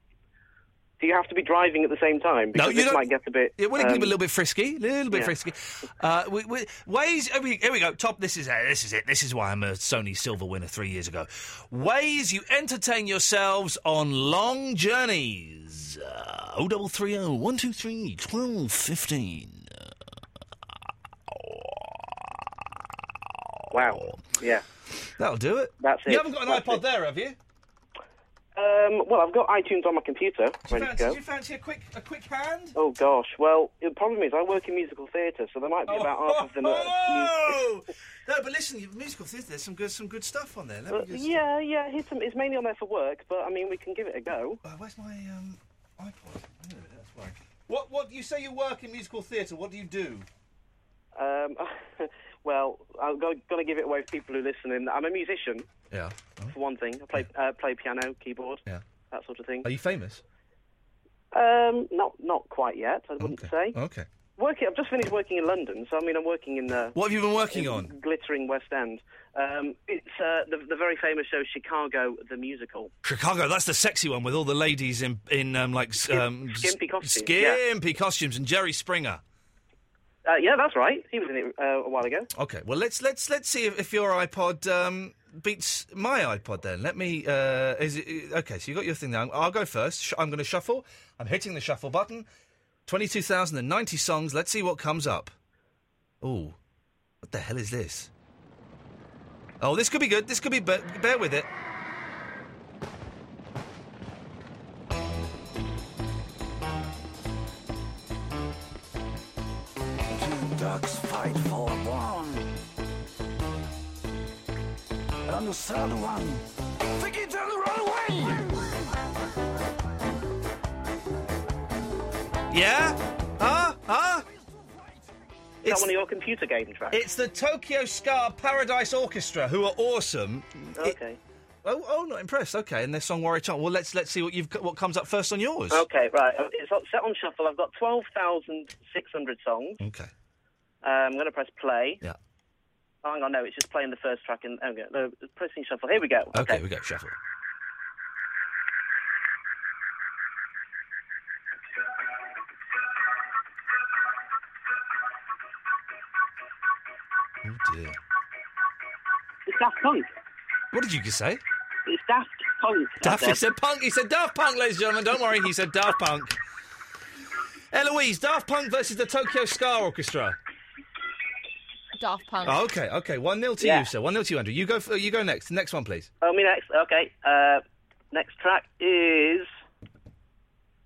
[SPEAKER 13] Do you have to be driving at the same time? Because
[SPEAKER 4] you
[SPEAKER 13] this
[SPEAKER 4] don't-
[SPEAKER 13] might get a bit.
[SPEAKER 4] Yeah, well, it can
[SPEAKER 13] um,
[SPEAKER 4] be a little bit frisky, a little bit
[SPEAKER 13] yeah.
[SPEAKER 4] frisky. Uh, we, we, ways. Here we, here we go. Top. This is it. This is it. This is why I'm a Sony Silver winner three years ago. Ways you entertain yourselves on long journeys. O double three O one two three twelve fifteen.
[SPEAKER 13] Wow. Yeah.
[SPEAKER 4] That'll do it.
[SPEAKER 13] That's it.
[SPEAKER 4] You haven't got an
[SPEAKER 13] That's
[SPEAKER 4] iPod
[SPEAKER 13] it.
[SPEAKER 4] there, have you?
[SPEAKER 13] Um, well, I've got iTunes on my computer, ready to
[SPEAKER 4] Fancy,
[SPEAKER 13] go.
[SPEAKER 4] do you fancy a quick a quick hand?
[SPEAKER 13] Oh gosh, well, the problem is I work in musical theatre, so there might be about half of them. Are
[SPEAKER 4] Oh! no, but listen, your musical theatre. There's some good some good stuff on there. (laughs) Let me
[SPEAKER 13] Uh,
[SPEAKER 4] just.
[SPEAKER 13] yeah, yeah, it's, it's mainly on there for work, but I mean we can give it a go.
[SPEAKER 4] where's my um, iPod? Hang on a minute, that's why. What what you say you work in musical theatre? What do you do?
[SPEAKER 13] Um, (laughs) well, I'm going to give it away for people who listen. In I'm a musician
[SPEAKER 4] Yeah.
[SPEAKER 13] for one thing. I play uh, play piano, keyboard,
[SPEAKER 4] Yeah.
[SPEAKER 13] that sort of thing.
[SPEAKER 4] Are you famous?
[SPEAKER 13] Um, not not quite yet. I wouldn't say.
[SPEAKER 4] Okay.
[SPEAKER 13] Working. I've just finished working in London, so I mean I'm working in the
[SPEAKER 4] What have you been working
[SPEAKER 13] in
[SPEAKER 4] on?
[SPEAKER 13] glittering West End. Um, it's uh, the the very famous show Chicago the musical.
[SPEAKER 4] Chicago. That's the sexy one with all the ladies in in um, like s- um, s-
[SPEAKER 13] skimpy costumes, yeah.
[SPEAKER 4] Skimpy costumes and Jerry Springer.
[SPEAKER 13] Uh, yeah, that's right. He was in it uh, a while ago.
[SPEAKER 4] Okay, well let's let's let's see if, if your iPod um, beats my iPod. Then let me. Uh, is it, okay, so you got your thing now. I'll go first. Sh- I'm going to shuffle. I'm hitting the shuffle button. Twenty-two thousand and ninety songs. Let's see what comes up. Ooh, what the hell is this? Oh, this could be good. This could be. Be- bear with it.
[SPEAKER 14] Two ducks fight for one. And the third one, Vicky doesn't run away!
[SPEAKER 4] Oh, Yeah? Huh? Huh?
[SPEAKER 13] Is that one of your computer game tracks?
[SPEAKER 4] It's the Tokyo Scar Paradise Orchestra, who are awesome.
[SPEAKER 13] Okay.
[SPEAKER 4] oh, oh, not impressed. Okay, and their song "Worry Chan." Well, let's let's see what you've got, what comes up first on yours.
[SPEAKER 13] Okay, right. Uh, It's on- set on shuffle. I've got 12,600 songs.
[SPEAKER 4] Okay.
[SPEAKER 13] Uh, I'm going to press play.
[SPEAKER 4] Yeah.
[SPEAKER 13] Oh, hang on, no, it's just playing the first track and okay, no, pressing shuffle. Here we go.
[SPEAKER 4] Okay, we go shuffle. Oh dear.
[SPEAKER 13] It's Daft Punk.
[SPEAKER 4] What did you just say?
[SPEAKER 13] It's Daft Punk.
[SPEAKER 4] Daft. He said punk. He said Daft Punk, ladies and gentlemen. Don't worry. He said Daft Punk. Eloise, Daft Punk versus the Tokyo Scar Orchestra.
[SPEAKER 7] Daft Punk.
[SPEAKER 4] Oh, okay, okay. One 0 to you, sir. One 0 to you, Andrew. You go. f you go next. Next one, please.
[SPEAKER 13] Oh, me next. Okay. Uh, next track is.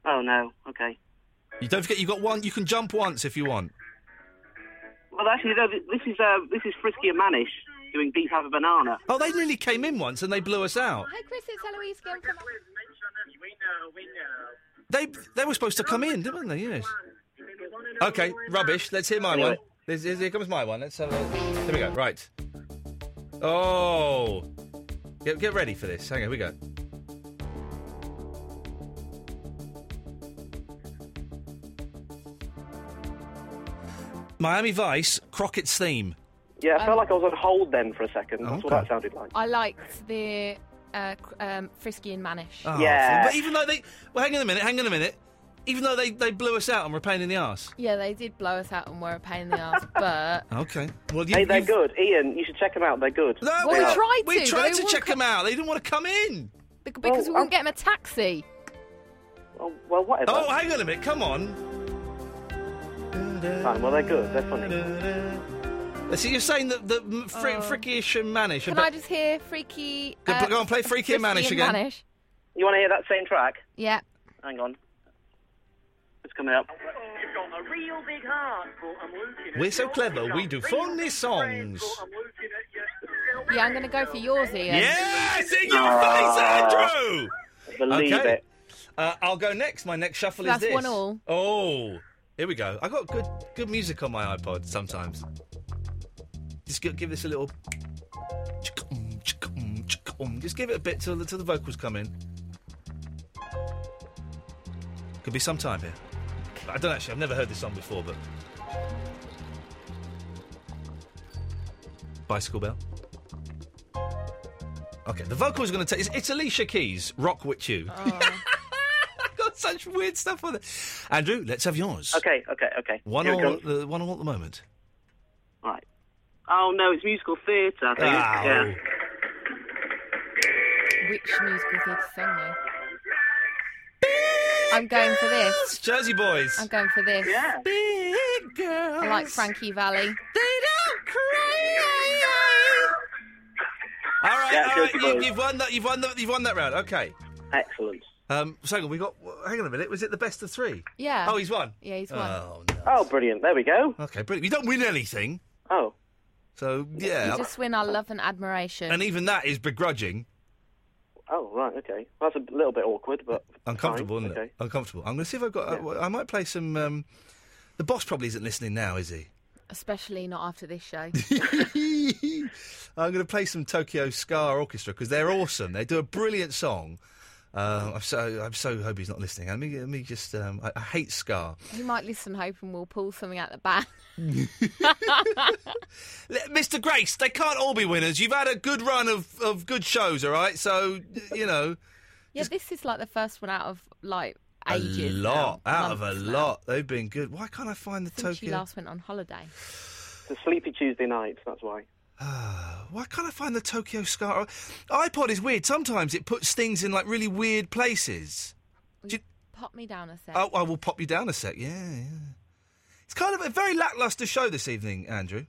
[SPEAKER 13] Oh, no. Okay.
[SPEAKER 4] You don't forget. You got one. You can jump once if you want.
[SPEAKER 13] Well, actually, no, th- this is uh, this is Frisky and Manish doing Beats Have a Banana.
[SPEAKER 4] Oh, they nearly came in once and they blew us out.
[SPEAKER 7] Hi, Chris. It's Eloise again from.
[SPEAKER 4] They they were supposed to come in, didn't they? Yes. Okay, rubbish. Let's hear my one. This, this- here comes my one. Let's have a. Here we go. Right. Oh. Get, get ready for this. Hang on. Here we go. Miami Vice, Crockett's theme.
[SPEAKER 13] Yeah, I felt like I was on hold then for a second. That's what that sounded like.
[SPEAKER 7] I liked the uh, cr- um, Frisky and Manish.
[SPEAKER 4] Oh, But even though they, well, hang on a minute, hang on a minute. Even though they, they blew us out and we're a pain in the ass.
[SPEAKER 7] Yeah, they did blow us out and were a pain in the ass, (laughs) but
[SPEAKER 4] Okay. Well,
[SPEAKER 13] hey, they're good. Ian, you should check them out. They're good.
[SPEAKER 4] No,
[SPEAKER 7] Well, we tried
[SPEAKER 4] we
[SPEAKER 7] to, but
[SPEAKER 4] tried
[SPEAKER 7] they
[SPEAKER 4] to
[SPEAKER 7] won't
[SPEAKER 4] check
[SPEAKER 7] co-
[SPEAKER 4] them out. They didn't want to come in.
[SPEAKER 7] bec- because we wouldn't get him a taxi.
[SPEAKER 13] Well, well whatever.
[SPEAKER 4] Oh, hang on a minute. Come on.
[SPEAKER 13] Fine, well, they're good. They're funny.
[SPEAKER 4] So you're saying that the fr-
[SPEAKER 7] Oh.
[SPEAKER 4] frickish and manish.
[SPEAKER 7] Can
[SPEAKER 4] but-
[SPEAKER 7] I just hear Freaky?
[SPEAKER 4] Go-
[SPEAKER 7] uh,
[SPEAKER 4] go on, play Freaky and Manish
[SPEAKER 7] Frisky
[SPEAKER 4] again.
[SPEAKER 7] Manish.
[SPEAKER 13] You want to hear that same track?
[SPEAKER 7] Yeah.
[SPEAKER 13] Hang on. It's coming up.
[SPEAKER 15] You've got a real big
[SPEAKER 4] (laughs)
[SPEAKER 15] heart, but I'm looking at
[SPEAKER 4] We're so
[SPEAKER 15] your
[SPEAKER 4] clever. We
[SPEAKER 15] picture.
[SPEAKER 4] do funny songs.
[SPEAKER 15] I'm looking at your
[SPEAKER 7] Yeah, I'm going to go for yours, Ian.
[SPEAKER 4] Yes, in your
[SPEAKER 13] Ah.
[SPEAKER 4] face, Andrew.
[SPEAKER 13] Believe
[SPEAKER 4] okay.
[SPEAKER 13] it.
[SPEAKER 4] Uh, I'll go next. My next shuffle
[SPEAKER 7] That's
[SPEAKER 4] is this.
[SPEAKER 7] one all.
[SPEAKER 4] Oh, here we go. I got good good music on my iPod sometimes. Just gi- give this a little. chikum, chikum, chikum. Just give it a bit till the, till the vocals come in. Could be some time here. I don't actually. I've never heard this song before, but bicycle bell. Okay, the vocals are going to take. It's, it's Alicia Keys, "Rock with You." got such weird stuff on it. Andrew, let's have yours.
[SPEAKER 13] Okay, okay, okay.
[SPEAKER 4] One
[SPEAKER 13] Here it
[SPEAKER 4] all,
[SPEAKER 13] comes.
[SPEAKER 4] uh, one all at the moment.
[SPEAKER 13] Right. Oh no, it's musical theatre. I think.
[SPEAKER 4] Ow.
[SPEAKER 13] Yeah.
[SPEAKER 7] Which musical theatre song though? I'm going for this.
[SPEAKER 4] Jersey Boys.
[SPEAKER 7] I'm going for this.
[SPEAKER 13] Yeah.
[SPEAKER 4] Big girls.
[SPEAKER 7] I like Frankie
[SPEAKER 4] They
[SPEAKER 7] Valley.
[SPEAKER 4] don't cry. All right,
[SPEAKER 13] Yeah,
[SPEAKER 4] all right.
[SPEAKER 13] Jersey
[SPEAKER 4] You,
[SPEAKER 13] Boys.
[SPEAKER 4] you've won that. You've won that. You've won that round. Okay.
[SPEAKER 13] Excellent.
[SPEAKER 4] Um, so hang on, we got. Hang on a minute. Was it the best of three?
[SPEAKER 7] Yeah.
[SPEAKER 4] Oh, he's won.
[SPEAKER 7] Yeah, he's won.
[SPEAKER 4] Oh,
[SPEAKER 13] Oh, brilliant. There we go.
[SPEAKER 4] Okay, brilliant. You don't win anything.
[SPEAKER 13] Oh.
[SPEAKER 4] So yeah,
[SPEAKER 7] You just win our love and admiration.
[SPEAKER 4] and even that is begrudging,
[SPEAKER 13] Oh, right, okay. Well, that's a little bit awkward, but.
[SPEAKER 4] uncomfortable,
[SPEAKER 13] fine.
[SPEAKER 4] isn't
[SPEAKER 13] okay.
[SPEAKER 4] it? Uncomfortable. I'm going to see if I've got. uh, I, I might play some. Um, the boss probably isn't listening now, is he?
[SPEAKER 7] Especially not after
[SPEAKER 4] (laughs)
[SPEAKER 7] this show.
[SPEAKER 4] I'm going to play some Tokyo Scar Orchestra because they're awesome. They do a brilliant song. Uh, I'm so I'm so hope he's not listening. Let me let me just. Um, I, I hate Scar.
[SPEAKER 7] you might listen, hoping we'll pull something out
[SPEAKER 4] (laughs)
[SPEAKER 7] the bag.
[SPEAKER 4] L- Mr. Grace, they can't all be winners. You've had a good run of, of good shows, all right? So, you know,
[SPEAKER 7] (laughs) Yeah, this is like the first one out of like
[SPEAKER 4] a
[SPEAKER 7] (laughs) ages.
[SPEAKER 4] lot.
[SPEAKER 7] now,
[SPEAKER 4] out of a
[SPEAKER 7] months now,
[SPEAKER 4] lot. They've been good. Why can't I find the
[SPEAKER 7] Since you
[SPEAKER 4] Tokyo?
[SPEAKER 7] last went on holiday.
[SPEAKER 13] The sleepy Tuesday nights, that's why.
[SPEAKER 4] Why can't I find the Tokyo Scar? iPod is weird. Sometimes it puts things in like really weird places.
[SPEAKER 7] Pop me down a sec.
[SPEAKER 4] Oh, I will pop you down a sec. Yeah, yeah. It's kind of a very lackluster show this evening, Andrew.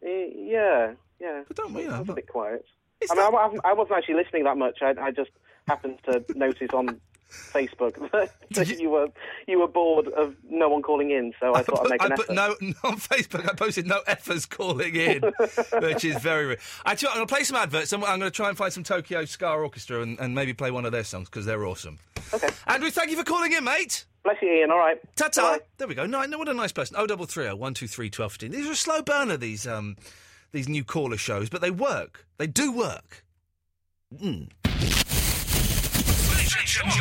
[SPEAKER 13] Y- Eh, yeah, yeah. But
[SPEAKER 4] don't we?
[SPEAKER 13] It's a bit quiet. I mean, I wa- I, haven't- I wasn't actually listening that much. I, I just happened to (laughs) notice on Facebook (laughs) that you... were you were bored of no one calling in, so I thought I'd make
[SPEAKER 4] I
[SPEAKER 13] an
[SPEAKER 4] put
[SPEAKER 13] effort.
[SPEAKER 4] no (laughs) on Facebook. I posted no effers calling
[SPEAKER 13] (laughs)
[SPEAKER 4] in, which is very rude. Actually, I'm going to play some adverts. and I'm going to try and find some Tokyo Scar Orchestra and, and maybe play one of their songs because they're awesome. Okay. Andrew, thank you for calling in, mate.
[SPEAKER 13] Bless you, Ian. All right.
[SPEAKER 4] Ta ta. There we go. No, no, what a nice person. Oh, double three, oh, one, two, three, twelve, fifteen. These are a slow burner. These um, these new caller shows, but they work. They do work. Mm.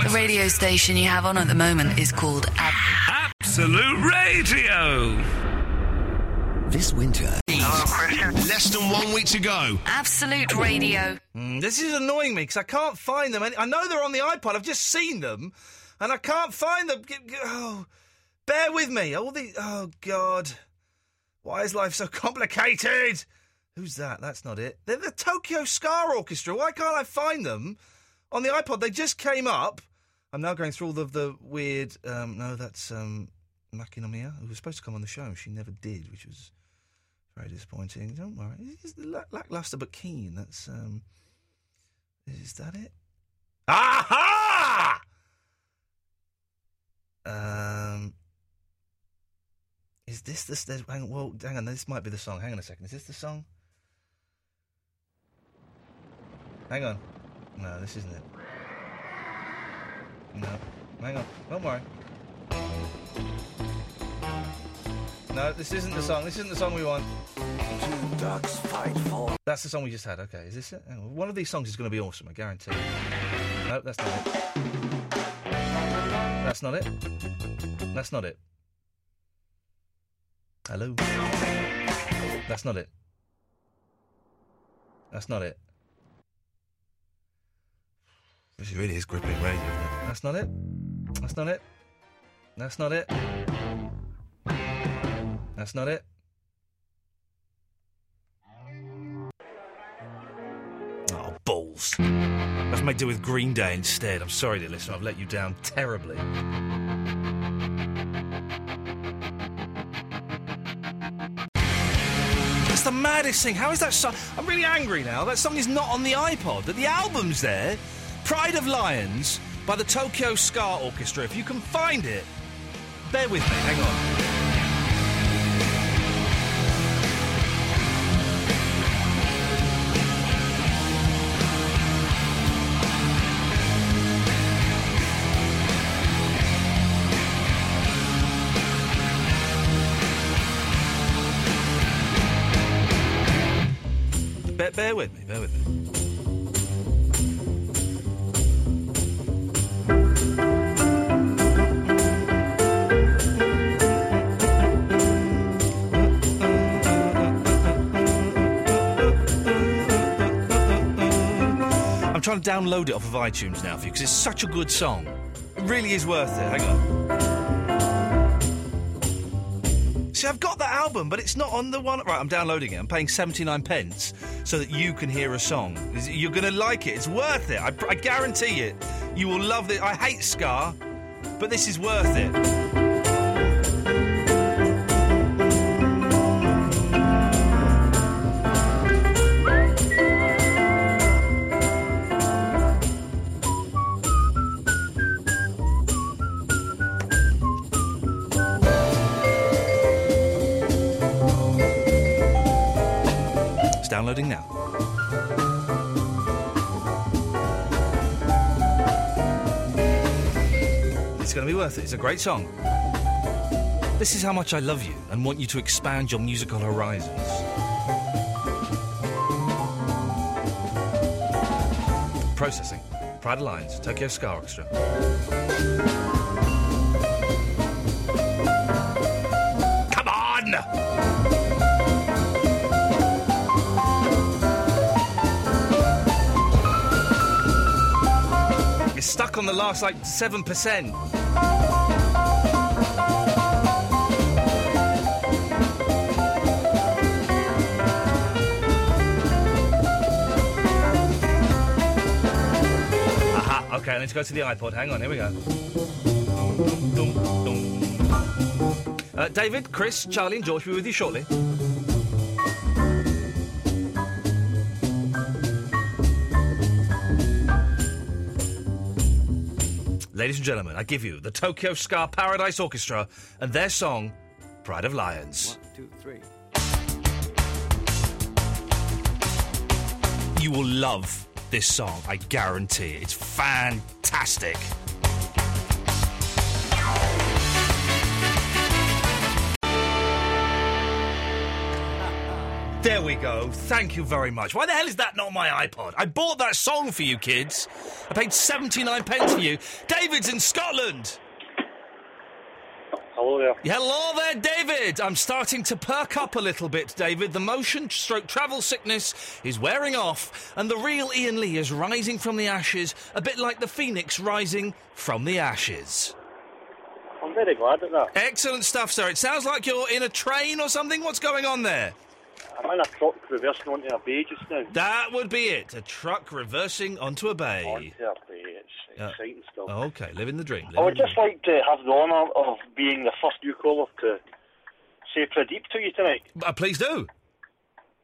[SPEAKER 2] The radio station you have on at the moment is called Ab-
[SPEAKER 6] Absolute Radio.
[SPEAKER 16] This winter. Less than one week to go.
[SPEAKER 2] Absolute Radio.
[SPEAKER 4] Mm, this is annoying me because I can't find them. Any- I know they're on the iPod. I've just seen them, and I can't find them. G- g- Oh, bear with me. All the oh god, why is life so (laughs) complicated? Who's that? That's not it. They're the Tokyo Scar Orchestra. Why can't I find them on the iPod? They just came up. I'm now going through all of the weird. Um, no, that's um, Makinomiya, who was supposed to come on the show, and she never did, which was very disappointing. Don't worry, it's just lack- lackluster but keen. That's um, is that it? Aha! Um, is this this? There's, hang on, well, hang on. This might be the song. Hang on a second. Is this the song? Hang on. No, this isn't it. No. Hang on. Don't worry. No, this isn't the song. This isn't the song we want. Two ducks fight for. That's the song we just had. Okay, is this it? Hang on. One of these songs is going to be awesome. I guarantee. No, that's not it. That's not it. That's not it. Hello. That's not it. That's not it. This really is gripping radio. Isn't it? That's not it. That's not it. That's not it. That's not it. Oh, balls. That's my deal with Green Day instead. I'm sorry, dear listener. I've let you down terribly. That's the maddest thing. How is that song? I'm really angry now. That song is not on the iPod, but the album's there. Pride of Lions by the Tokyo Scar Orchestra. If you can find it, bear with me. Hang on. Bear, bear with me, bear with me. I'm trying to download it off of iTunes now for you because it's such a good song. It really is worth it. Hang on. See, I've got that album, but it's not on the one. Right, I'm downloading it. I'm paying 79 pence so that you can hear a song. Is- You're going to like it. It's worth it. I, I guarantee it. You will love it. I hate Scar, but this is worth it. Downloading now. It's going to be worth it. It's a great song. This is how much I love you and want you to expand your musical horizons. Processing. Pride Alliance, Tokyo Scar Orchestra. Come on! You're stuck on the last like 7%. Aha, okay, let's go to the iPod. Hang on, here we go. Dum, dum. Uh, David, Chris, Charlie, and George will be with you shortly. Ladies and gentlemen, I give you the Tokyo Ska Paradise Orchestra and their song, Pride of Lions.
[SPEAKER 6] Two, three.
[SPEAKER 4] You will love this song, I guarantee it. It's fantastic. (laughs) There we go. Thank you very much. Why the hell is that not my iPod? I bought that song for you kids. I paid 79 pence for you. David's in Scotland.
[SPEAKER 17] Hello there.
[SPEAKER 4] Hello there, David. I'm starting to perk up a little bit, David. The motion stroke travel sickness is wearing off, and the real Ian Lee is rising from the ashes, a bit like the phoenix rising from the ashes.
[SPEAKER 17] I'm very glad at that.
[SPEAKER 4] Excellent stuff, sir. It sounds like you're in a train or something. What's going on there?
[SPEAKER 17] I'm in a truck reversing onto a bay just now.
[SPEAKER 4] That would be it. A truck reversing onto a bay.
[SPEAKER 17] Onto a bay. It's
[SPEAKER 4] Yeah. Uh,
[SPEAKER 17] exciting stuff.
[SPEAKER 4] Okay, living the dream.
[SPEAKER 17] I
[SPEAKER 4] living
[SPEAKER 17] would
[SPEAKER 4] the
[SPEAKER 17] just like to have the honour of being the first new caller to say Pradeep to you tonight.
[SPEAKER 4] Uh, please do.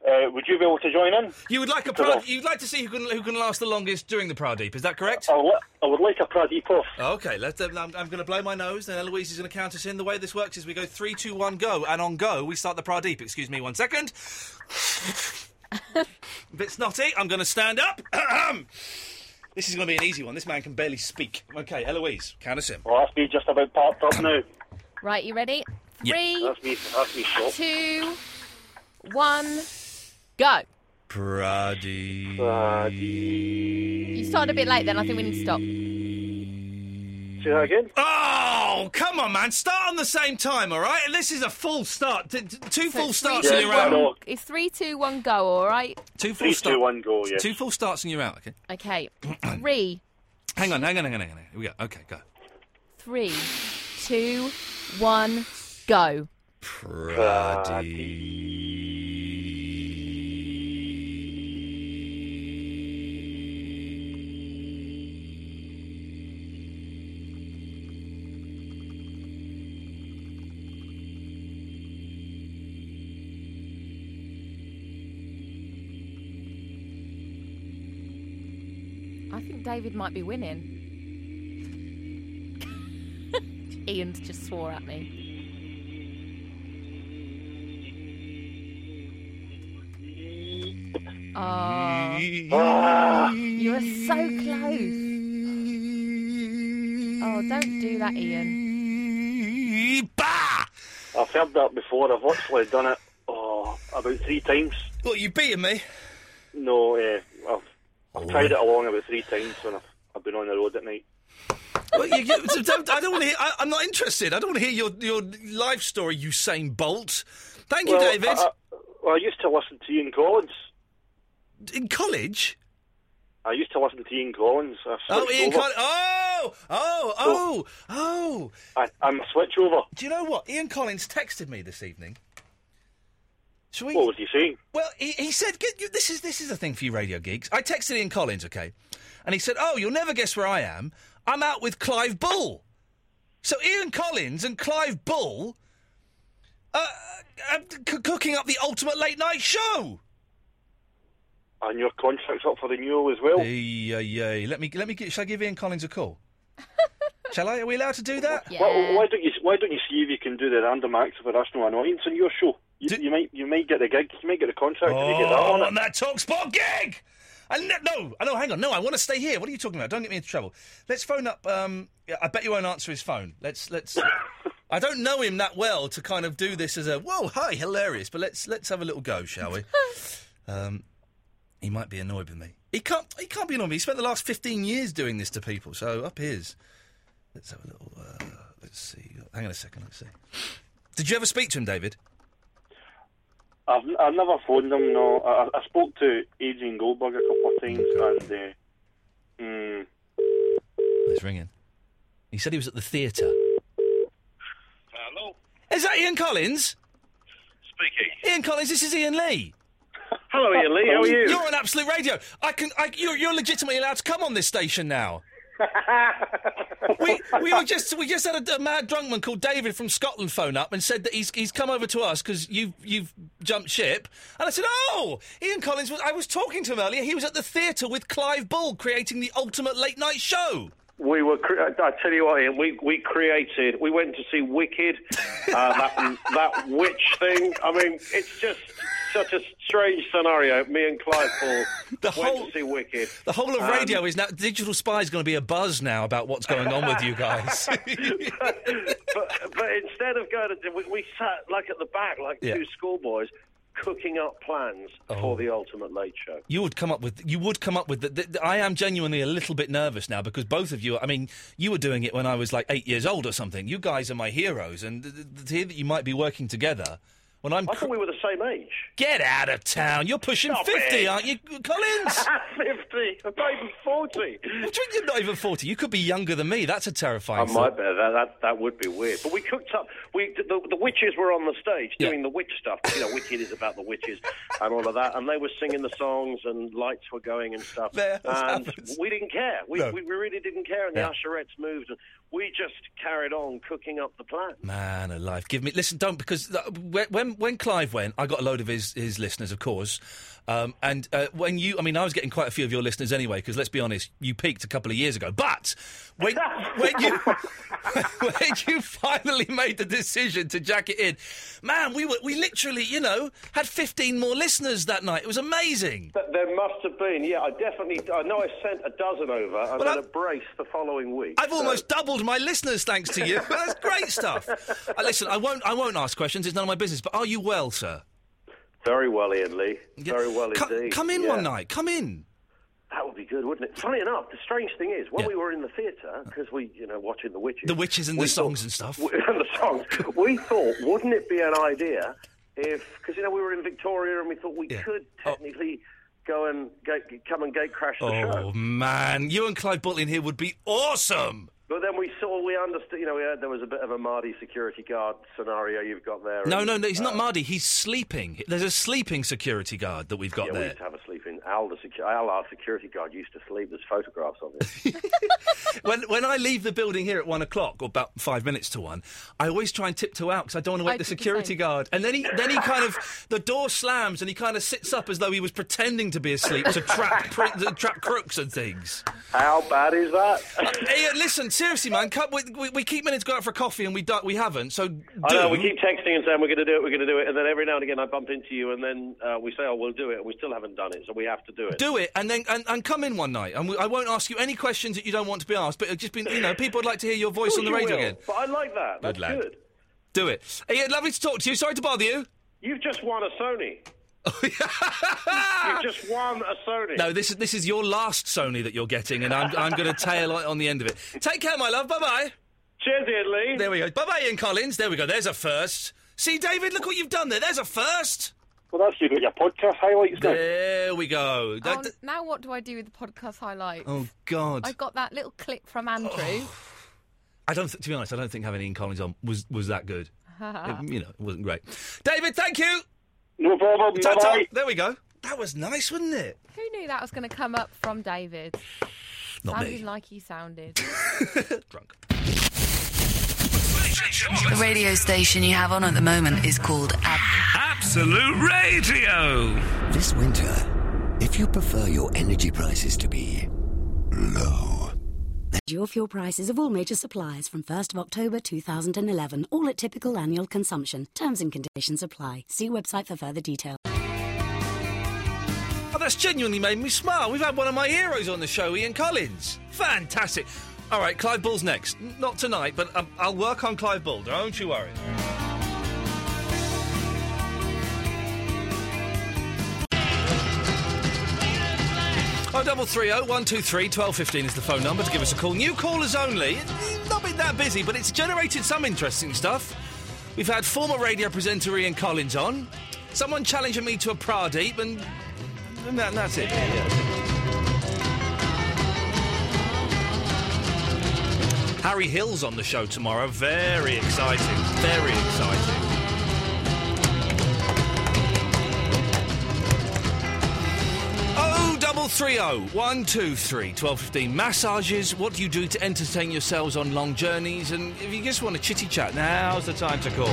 [SPEAKER 17] Uh, would you be able to join in?
[SPEAKER 4] You would
[SPEAKER 17] (laughs)
[SPEAKER 4] like a
[SPEAKER 17] To
[SPEAKER 4] Prad-
[SPEAKER 17] the-
[SPEAKER 4] you'd like to see who can who can last the longest during the Pradeep. Is that correct?
[SPEAKER 17] I, li- I would like a Pradeep off.
[SPEAKER 4] Okay, let's. Um, I'm, I'm going to blow my nose, then Eloise is going to count us in. The way this works is we go three, two, one, go, and on go we start the Pradeep. Excuse me, one second.
[SPEAKER 7] (laughs)
[SPEAKER 4] if it's snotty, I'm going to stand up. (clears throat) this is going to be an easy one. This man can barely speak. Okay, Eloise, count us in.
[SPEAKER 17] Well, that's me just about parked up now.
[SPEAKER 7] Right, you ready?
[SPEAKER 4] (laughs) Yeah.
[SPEAKER 7] Three,
[SPEAKER 17] That's me, that's me shot.
[SPEAKER 7] two, one, go.
[SPEAKER 4] Pradeep.
[SPEAKER 7] You started a bit late then. I think we need to stop.
[SPEAKER 17] Say that again.
[SPEAKER 4] Oh, come on, man! Start on the same time, all right? This is a full start. T- t- two full starts
[SPEAKER 7] Three,
[SPEAKER 4] and
[SPEAKER 7] two,
[SPEAKER 4] you're out.
[SPEAKER 7] one- It's three, two, one, go. All right.
[SPEAKER 4] Two
[SPEAKER 17] Three,
[SPEAKER 4] full
[SPEAKER 17] two, one, go, yes.
[SPEAKER 4] Two full starts and you're out. Okay.
[SPEAKER 7] Okay. three,
[SPEAKER 4] Hang on, hang on, hang on, hang on. Here we go. Okay, go.
[SPEAKER 7] three, two, one, go.
[SPEAKER 4] Pradeep.
[SPEAKER 7] I think David might be winning. (laughs) Ian just swore at me. Oh. You were so close. Oh, don't do that, Ian.
[SPEAKER 17] I've heard that before. I've actually done it oh, about three times.
[SPEAKER 4] What, you beating me? Oh.
[SPEAKER 17] No, uh, I've, I've tried it along about three times when I've, I've been on the road at night.
[SPEAKER 4] Well, you, you, so don't, I don't want to hear. I, I'm not interested. I don't want to hear your your life story, Usain Bolt. Thank you,
[SPEAKER 17] Well,
[SPEAKER 4] David.
[SPEAKER 17] I, I- well, I used to listen to Ian Collins.
[SPEAKER 4] In college?
[SPEAKER 17] I used to listen to Ian Collins. I
[SPEAKER 4] oh,
[SPEAKER 17] switched
[SPEAKER 4] Ian.
[SPEAKER 17] over.
[SPEAKER 4] Collins. Oh, oh, oh, oh.
[SPEAKER 17] I, I'm a switch over.
[SPEAKER 4] Do you know what? Ian Collins texted me this evening. Shall we?
[SPEAKER 17] What was he saying?
[SPEAKER 4] Well, he, he said, "Get you- "This is this is the thing for you radio geeks." I texted Ian Collins, okay, and he said, "Oh, you'll never guess where I am. I'm out with Clive Bull." So Ian Collins and Clive Bull uh, are c- cooking up the ultimate late night show.
[SPEAKER 17] And your contract's up for renewal as well.
[SPEAKER 4] Yay, yay. Let me let me. gi- Shall I give Ian Collins a call? Shall I? Are we allowed to do that?
[SPEAKER 17] Why, why don't you Why don't you see if you can do the random acts of irrational annoyance on your show?
[SPEAKER 18] You, you might you might get the gig. You might get the contract. if you get that
[SPEAKER 4] Oh, I
[SPEAKER 18] on it.
[SPEAKER 4] want that Talksport gig! I ne- no, I know. Hang on, no, I want to stay here. What are you talking about? Don't get me into trouble. Let's phone up. Um, yeah, I bet you won't answer his phone.
[SPEAKER 18] (laughs)
[SPEAKER 4] Let's let's. I don't know him that well to kind of do this as a whoa, hi, hilarious. But let's let's have a little go,
[SPEAKER 18] (laughs)
[SPEAKER 4] shall we? um, he might be annoyed with me. He can't. He can't be annoyed. with me. He spent the last fifteen years doing this to people. So up his. Let's have a little. Uh, let's see. Hang on a second. Let's see. Did you ever speak to him, David?
[SPEAKER 18] I've I've never phoned him. No, I, I- I spoke to Adrian Goldberg a couple of times, and uh, mm,
[SPEAKER 4] It's Oh, ringing. He said he was at the theatre.
[SPEAKER 17] Hello,
[SPEAKER 4] Is that Ian Collins?
[SPEAKER 17] speaking.
[SPEAKER 4] Ian Collins, this is Ian Lee.
[SPEAKER 17] Hello, Ian Lee, how are you?
[SPEAKER 4] You're on Absolute Radio. I can. I, you're, you're legitimately allowed to come on this station
[SPEAKER 17] (laughs)
[SPEAKER 4] now. we we were just we just had a, a mad drunk man called David from Scotland phone up and said that he's he's come over to us because you've you've jumped ship and I said oh Ian Collins was I was talking to him earlier he was at the theatre with Clive Bull creating the ultimate late night show.
[SPEAKER 17] We were. Cre- I I tell you what, Ian. We we created. We went to see Wicked, uh,
[SPEAKER 4] (laughs)
[SPEAKER 17] that that witch thing. I mean, it's just such a strange scenario. Me and Clive
[SPEAKER 4] (laughs)
[SPEAKER 17] Paul went to see Wicked.
[SPEAKER 4] The whole of
[SPEAKER 17] Um,
[SPEAKER 4] radio is now digital spy is going to be a buzz now about what's going on with you
[SPEAKER 17] (laughs)
[SPEAKER 4] guys.
[SPEAKER 17] but instead of going to, we, we sat like at the back, like
[SPEAKER 4] Yeah.
[SPEAKER 17] two schoolboys, cooking up plans
[SPEAKER 4] Oh.
[SPEAKER 17] for the ultimate late show.
[SPEAKER 4] You would come up with. You would come up with. The, the, the- I am genuinely a little bit nervous now because both of you. I mean, you were doing it when I was like eight years old or something. You guys are my heroes, and th- th- to hear that you might be working together when I'm.
[SPEAKER 17] I thought we were the same age.
[SPEAKER 4] Get out of town! You're pushing
[SPEAKER 17] Stop
[SPEAKER 4] fifty,
[SPEAKER 17] it.
[SPEAKER 4] aren't you, (laughs)
[SPEAKER 19] (laughs)
[SPEAKER 4] Collins?
[SPEAKER 17] Fifty, maybe (laughs) forty.
[SPEAKER 4] What do you mean You're not even forty. You could be younger than me. That's a terrifying.
[SPEAKER 17] I
[SPEAKER 4] thought.
[SPEAKER 17] might be. That, that that would be weird. But we cooked up. We the, the witches were on the stage
[SPEAKER 4] Yeah.
[SPEAKER 17] doing the witch stuff. You know, Wicked is about the witches and all of that. And they were singing the songs and lights were going and stuff.
[SPEAKER 4] There, that's
[SPEAKER 17] and
[SPEAKER 4] happens.
[SPEAKER 17] we didn't care. We,
[SPEAKER 4] No.
[SPEAKER 17] we we really didn't care. And
[SPEAKER 4] Yeah.
[SPEAKER 17] the usherettes moved. And we just carried on cooking up the plan.
[SPEAKER 4] Man alive, give me listen. Don't because th- when- when when Clive went, I got a load of his his listeners, of course. Um, and uh, when you, I mean, I was getting quite a few of your listeners anyway. Because let's be honest, you peaked a couple of years ago. But when when you (laughs) when you finally made the decision to jack it in, man, we were we literally, you know, had fifteen more listeners that night. It was amazing.
[SPEAKER 17] But There must have been, yeah. I definitely, I know I sent a dozen over and then a brace the following week.
[SPEAKER 4] I've almost doubled my listeners thanks to you. That's great stuff. Uh, listen, I won't I won't ask questions. It's none of my business. But are you well, sir?
[SPEAKER 17] Very well, Ian Lee. Very well
[SPEAKER 4] Co-
[SPEAKER 17] indeed.
[SPEAKER 4] Come in
[SPEAKER 17] Yeah.
[SPEAKER 4] one night. Come in.
[SPEAKER 17] That would be good, wouldn't it? Funny enough, the strange thing is, when we were in the theatre, because we, you know, watching The Witches.
[SPEAKER 4] The witches and
[SPEAKER 17] we (laughs)
[SPEAKER 4] the songs and stuff.
[SPEAKER 17] thought- and the songs. We thought, wouldn't it be an idea if, because, you know, we were in Victoria and we thought we could
[SPEAKER 4] Oh.
[SPEAKER 17] technically go and gate, come and gate crash the show.
[SPEAKER 4] Oh man, you and Clive Butlin here would be awesome.
[SPEAKER 17] But then we saw, we understood, you know, we heard there was a bit of a Mardi security guard scenario you've got there.
[SPEAKER 4] No,
[SPEAKER 17] and,
[SPEAKER 4] no, no, he's not
[SPEAKER 17] uh,
[SPEAKER 4] Mardy. He's sleeping. There's a sleeping security guard that we've got
[SPEAKER 17] Yeah, we
[SPEAKER 4] there.
[SPEAKER 17] used to have a sleeping. Al, the secu- Al, our security guard, used to sleep. There's photographs of him.
[SPEAKER 4] when when I leave the building here at one o'clock, or about five minutes to one, I always try and tiptoe out because I don't want to wake the security guard. And then he then he kind of the door slams and he kind of sits up as though he was pretending to be asleep to trap pri- to trap crooks and things.
[SPEAKER 17] How bad is that?
[SPEAKER 4] Hey, uh, listen, seriously, man, come, we, we, we keep meaning to go out for a coffee and we don't, we haven't. So do.
[SPEAKER 17] I know, we keep texting and saying we're going to do it, we're going to do it, and then every now and again I bump into you, and then uh, we say, oh, we'll do it, and we still haven't done it, so we have to do it.
[SPEAKER 4] Do it and then and, and come in one night and we, I won't ask you any questions that you don't want to be asked. But it'll just be you know people would like to hear your voice
[SPEAKER 17] Of
[SPEAKER 4] on the
[SPEAKER 17] course you
[SPEAKER 4] radio
[SPEAKER 17] will,
[SPEAKER 4] again.
[SPEAKER 17] But I like that. That's
[SPEAKER 4] Good lad.
[SPEAKER 17] good.
[SPEAKER 4] Do it. Hey, lovely to talk to you. Sorry to bother you.
[SPEAKER 17] You've just won a
[SPEAKER 4] (laughs)
[SPEAKER 17] Sony. You've just won a Sony.
[SPEAKER 4] No, this is this is your last Sony that you're getting, and I'm I'm
[SPEAKER 18] (laughs)
[SPEAKER 4] going to tail it on the end of it. Take care, my love. Bye bye.
[SPEAKER 17] Cheers, Ian Lee.
[SPEAKER 4] There we go. Bye bye, Ian Collins. There we go. There's a first. See, David, look what you've done there. There's a first.
[SPEAKER 18] Well, that's you got your podcast highlights now.
[SPEAKER 4] There we go.
[SPEAKER 7] Oh,
[SPEAKER 4] That-
[SPEAKER 7] now what do I do with the podcast highlights?
[SPEAKER 4] oh God. Oh.
[SPEAKER 7] I got that little clip from Andrew.
[SPEAKER 4] I don't. Th- to be honest, I don't think having Ian Collins on was was that good. It- you know, it wasn't great. David, thank you.
[SPEAKER 18] No problem.
[SPEAKER 4] Ta-ta.
[SPEAKER 18] Bye-bye.
[SPEAKER 4] There we go. That was nice, wasn't it?
[SPEAKER 7] Who knew that was going to come up from David?
[SPEAKER 4] Not
[SPEAKER 7] Sounding
[SPEAKER 4] me.
[SPEAKER 7] like he sounded.
[SPEAKER 2] The radio station you have on at the moment is called
[SPEAKER 6] Absolute Radio.
[SPEAKER 16] This winter, if you prefer your energy prices to be low, then
[SPEAKER 20] dual fuel prices of all major suppliers from 1st of October 2011, all at typical annual consumption. Terms and conditions apply. See website for further details.
[SPEAKER 4] Oh, that's genuinely made me smile. We've had one of my heroes on the show, Ian Collins. Fantastic. All right, Clive Bull's next. N- Not tonight, but um, I'll work on Clive Bull. Don't you worry. Oh, double three oh one two three twelve fifteen is the phone number to give us a call. New callers only. It's Not been that busy, but it's generated some interesting stuff. We've had former radio presenter Ian Collins on. Someone challenging me to a Pradeep, and, and, that, and that's it. Harry Hill's on the show tomorrow. Very exciting. Very exciting. Oh, double three oh one two three twelve fifteen. Massages. What do you do to entertain yourselves on long journeys? And if you just want to chitty chat, now's the time to call.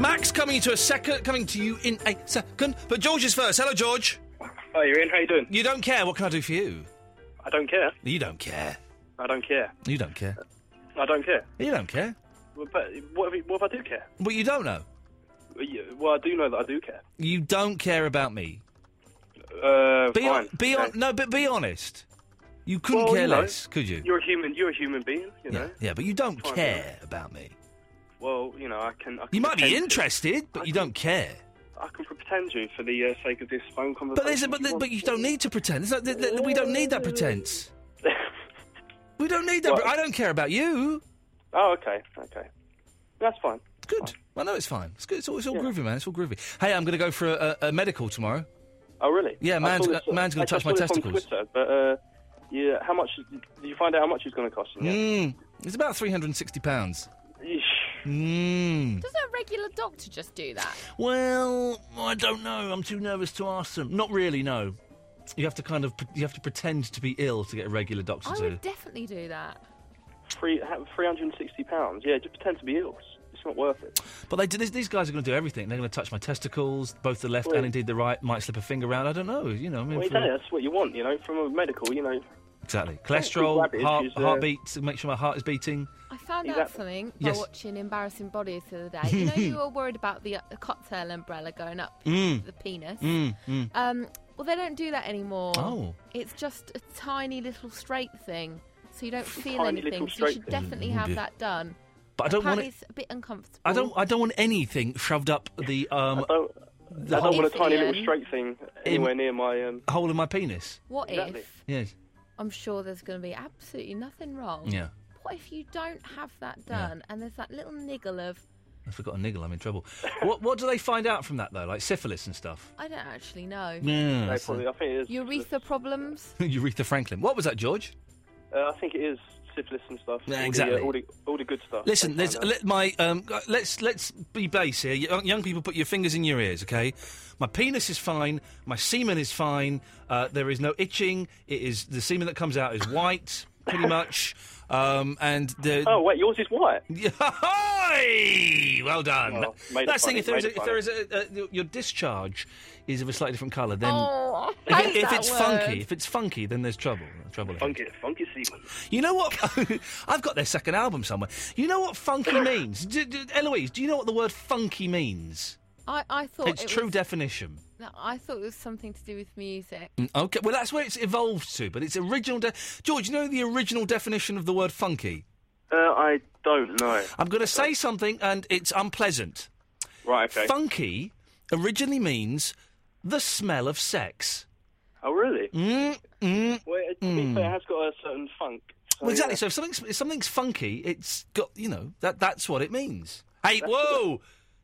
[SPEAKER 4] Max coming to a second, coming to you in a second. But George is first. Hello, George.
[SPEAKER 21] Hi, Ian. How you doing?
[SPEAKER 4] You don't care. What can I do for you?
[SPEAKER 21] I don't care.
[SPEAKER 4] You don't care.
[SPEAKER 21] I don't care.
[SPEAKER 4] You don't care.
[SPEAKER 21] I don't care.
[SPEAKER 4] You don't care.
[SPEAKER 21] But what if, what if I do care?
[SPEAKER 4] But you don't know.
[SPEAKER 21] Well, I do know that I do care.
[SPEAKER 4] You don't care about me.
[SPEAKER 21] Uh,
[SPEAKER 4] Be
[SPEAKER 21] fine.
[SPEAKER 4] on, be on, no, but be honest. You couldn't
[SPEAKER 21] Well,
[SPEAKER 4] care
[SPEAKER 21] you know,
[SPEAKER 4] less, could you?
[SPEAKER 21] You're a human. You're a human being. You
[SPEAKER 4] yeah,
[SPEAKER 21] know.
[SPEAKER 4] yeah, but you don't
[SPEAKER 21] Fine,
[SPEAKER 4] care about me.
[SPEAKER 21] Well, you know, I can. I can
[SPEAKER 4] You might be
[SPEAKER 21] pretend to.
[SPEAKER 4] interested, but you don't care.
[SPEAKER 21] I can pretend to for the uh, sake of this phone conversation.
[SPEAKER 4] But there's a, but, but you don't need to pretend. There's no- th- th- we don't need
[SPEAKER 21] (laughs)
[SPEAKER 4] that pretense. we don't need that.
[SPEAKER 21] What?
[SPEAKER 4] I don't care about you.
[SPEAKER 21] Oh, okay, okay. That's fine.
[SPEAKER 4] Good. Well, no, it's fine. It's good. It's all, it's all groovy, man. It's all groovy. Hey, I'm going to go for a, a, a medical tomorrow.
[SPEAKER 21] Oh, really?
[SPEAKER 4] Yeah,
[SPEAKER 21] I
[SPEAKER 4] man's
[SPEAKER 21] saw
[SPEAKER 4] go-
[SPEAKER 21] uh,
[SPEAKER 4] man's gonna
[SPEAKER 21] I- I
[SPEAKER 4] touch
[SPEAKER 21] saw
[SPEAKER 4] my
[SPEAKER 21] this on
[SPEAKER 4] testicles.
[SPEAKER 21] Twitter, but uh, yeah, how much? Did you find out how much it's going to cost you?
[SPEAKER 4] Mm, it's about three hundred and sixty pounds. Mm.
[SPEAKER 7] Doesn't a regular doctor just do that?
[SPEAKER 4] Well, I don't know. I'm too nervous to ask them. Not really. No, you have to kind of pre- you have to pretend to be ill to get a regular doctor
[SPEAKER 7] I
[SPEAKER 4] to.
[SPEAKER 7] would definitely do that.
[SPEAKER 21] Three three hundred and sixty pounds. Yeah, just pretend to be ill. It's not worth it.
[SPEAKER 4] But they, do- these- these guys are going to do everything. They're going to touch my testicles, both the left
[SPEAKER 21] Well-
[SPEAKER 4] and indeed the right. Might slip a finger around. I don't know. You know, I mean,
[SPEAKER 21] Well, you
[SPEAKER 4] for-
[SPEAKER 21] don't know, that's what you want, you know, from a medical, you know.
[SPEAKER 4] exactly.
[SPEAKER 21] Well,
[SPEAKER 4] Cholesterol,
[SPEAKER 21] people have
[SPEAKER 4] heart,
[SPEAKER 21] issues, uh,
[SPEAKER 4] heartbeat. Make sure my heart is beating.
[SPEAKER 7] I found out
[SPEAKER 21] Exactly.
[SPEAKER 7] something by
[SPEAKER 4] Yes.
[SPEAKER 7] watching Embarrassing Bodies the other day. You know,
[SPEAKER 4] (laughs)
[SPEAKER 7] you were worried about the, uh, the cocktail umbrella going up
[SPEAKER 4] Mm.
[SPEAKER 7] the penis.
[SPEAKER 4] Mm, mm.
[SPEAKER 7] Um, well, they don't do that anymore.
[SPEAKER 4] Oh.
[SPEAKER 7] It's just a tiny little straight thing, so you don't feel
[SPEAKER 21] Tiny
[SPEAKER 7] anything.
[SPEAKER 21] little
[SPEAKER 7] So you
[SPEAKER 21] straight
[SPEAKER 7] should
[SPEAKER 4] thing.
[SPEAKER 7] definitely
[SPEAKER 4] Mm,
[SPEAKER 7] have
[SPEAKER 4] dear.
[SPEAKER 7] that done.
[SPEAKER 4] But I don't want
[SPEAKER 7] Apparently
[SPEAKER 4] it.
[SPEAKER 7] It's a bit uncomfortable.
[SPEAKER 4] I don't. I don't want anything shoved up the um. the
[SPEAKER 21] I don't
[SPEAKER 4] whole-
[SPEAKER 21] want a tiny
[SPEAKER 7] Ian.
[SPEAKER 21] little straight thing
[SPEAKER 4] Im-
[SPEAKER 21] anywhere near my. Um,
[SPEAKER 4] hole in my penis.
[SPEAKER 7] What
[SPEAKER 21] Exactly.
[SPEAKER 7] if?
[SPEAKER 4] Yes.
[SPEAKER 7] I'm sure there's going to be absolutely nothing wrong.
[SPEAKER 4] Yeah.
[SPEAKER 7] What if you don't have that done and there's that little niggle of
[SPEAKER 4] I forgot a niggle. I'm
[SPEAKER 21] (laughs)
[SPEAKER 4] in trouble. what What do they find out from that though? Like syphilis and stuff. (laughs)
[SPEAKER 7] I don't actually know.
[SPEAKER 4] Yeah, They so-
[SPEAKER 21] probably- I think it is.
[SPEAKER 7] Urethra problems.
[SPEAKER 4] Aretha Franklin. What was that, George?
[SPEAKER 21] uh, I think it is syphilis and stuff.
[SPEAKER 4] Yeah,
[SPEAKER 21] All the, uh,
[SPEAKER 4] exactly.
[SPEAKER 21] all, the, all the good stuff.
[SPEAKER 4] Listen,
[SPEAKER 21] They
[SPEAKER 4] there's,
[SPEAKER 21] found out.
[SPEAKER 4] let my um, uh, let's let's be base here. Young, young people, put your fingers in your ears, okay? My penis is fine. My semen is fine. Uh, there is no itching. It is the semen that comes out is white, pretty much. Um, and the
[SPEAKER 21] Oh wait, yours is white.
[SPEAKER 4] (laughs) Ahoy! Well done.
[SPEAKER 21] Well, made it
[SPEAKER 4] That's the thing.
[SPEAKER 21] funny,
[SPEAKER 4] If there is,
[SPEAKER 21] made
[SPEAKER 4] a,
[SPEAKER 21] it
[SPEAKER 4] if there is a, a, your- your discharge is of a slightly different colour, then
[SPEAKER 7] Oh,
[SPEAKER 4] if,
[SPEAKER 7] I
[SPEAKER 4] it-
[SPEAKER 7] hate
[SPEAKER 4] if
[SPEAKER 7] that
[SPEAKER 4] it's
[SPEAKER 7] word.
[SPEAKER 4] funky, if it's funky, then there's trouble. Trouble. ahead.
[SPEAKER 21] Funky, funky semen.
[SPEAKER 4] You know what? (laughs) I've got their second album somewhere. You know
[SPEAKER 21] (laughs)
[SPEAKER 4] what funky means? D- d- Eloise, do you know what the word funky means?
[SPEAKER 7] I, I thought
[SPEAKER 4] its
[SPEAKER 7] it
[SPEAKER 4] true
[SPEAKER 7] was,
[SPEAKER 4] definition.
[SPEAKER 7] no, I thought it was something to do with music.
[SPEAKER 4] Mm, Okay, well that's where it's evolved to, but its original. De- George, you know the original definition of the word funky.
[SPEAKER 21] Uh, I don't know.
[SPEAKER 4] I'm going to say something, and it's unpleasant.
[SPEAKER 21] Right. Okay.
[SPEAKER 4] Funky originally means the smell of sex.
[SPEAKER 21] Oh really?
[SPEAKER 4] Mm, mm,
[SPEAKER 21] Well, it, to be
[SPEAKER 4] mm.
[SPEAKER 21] fair, it has got a certain funk. So,
[SPEAKER 4] Well, exactly.
[SPEAKER 21] yeah.
[SPEAKER 4] So if something's if something's funky, it's got you know that that's what it means. Hey, whoa,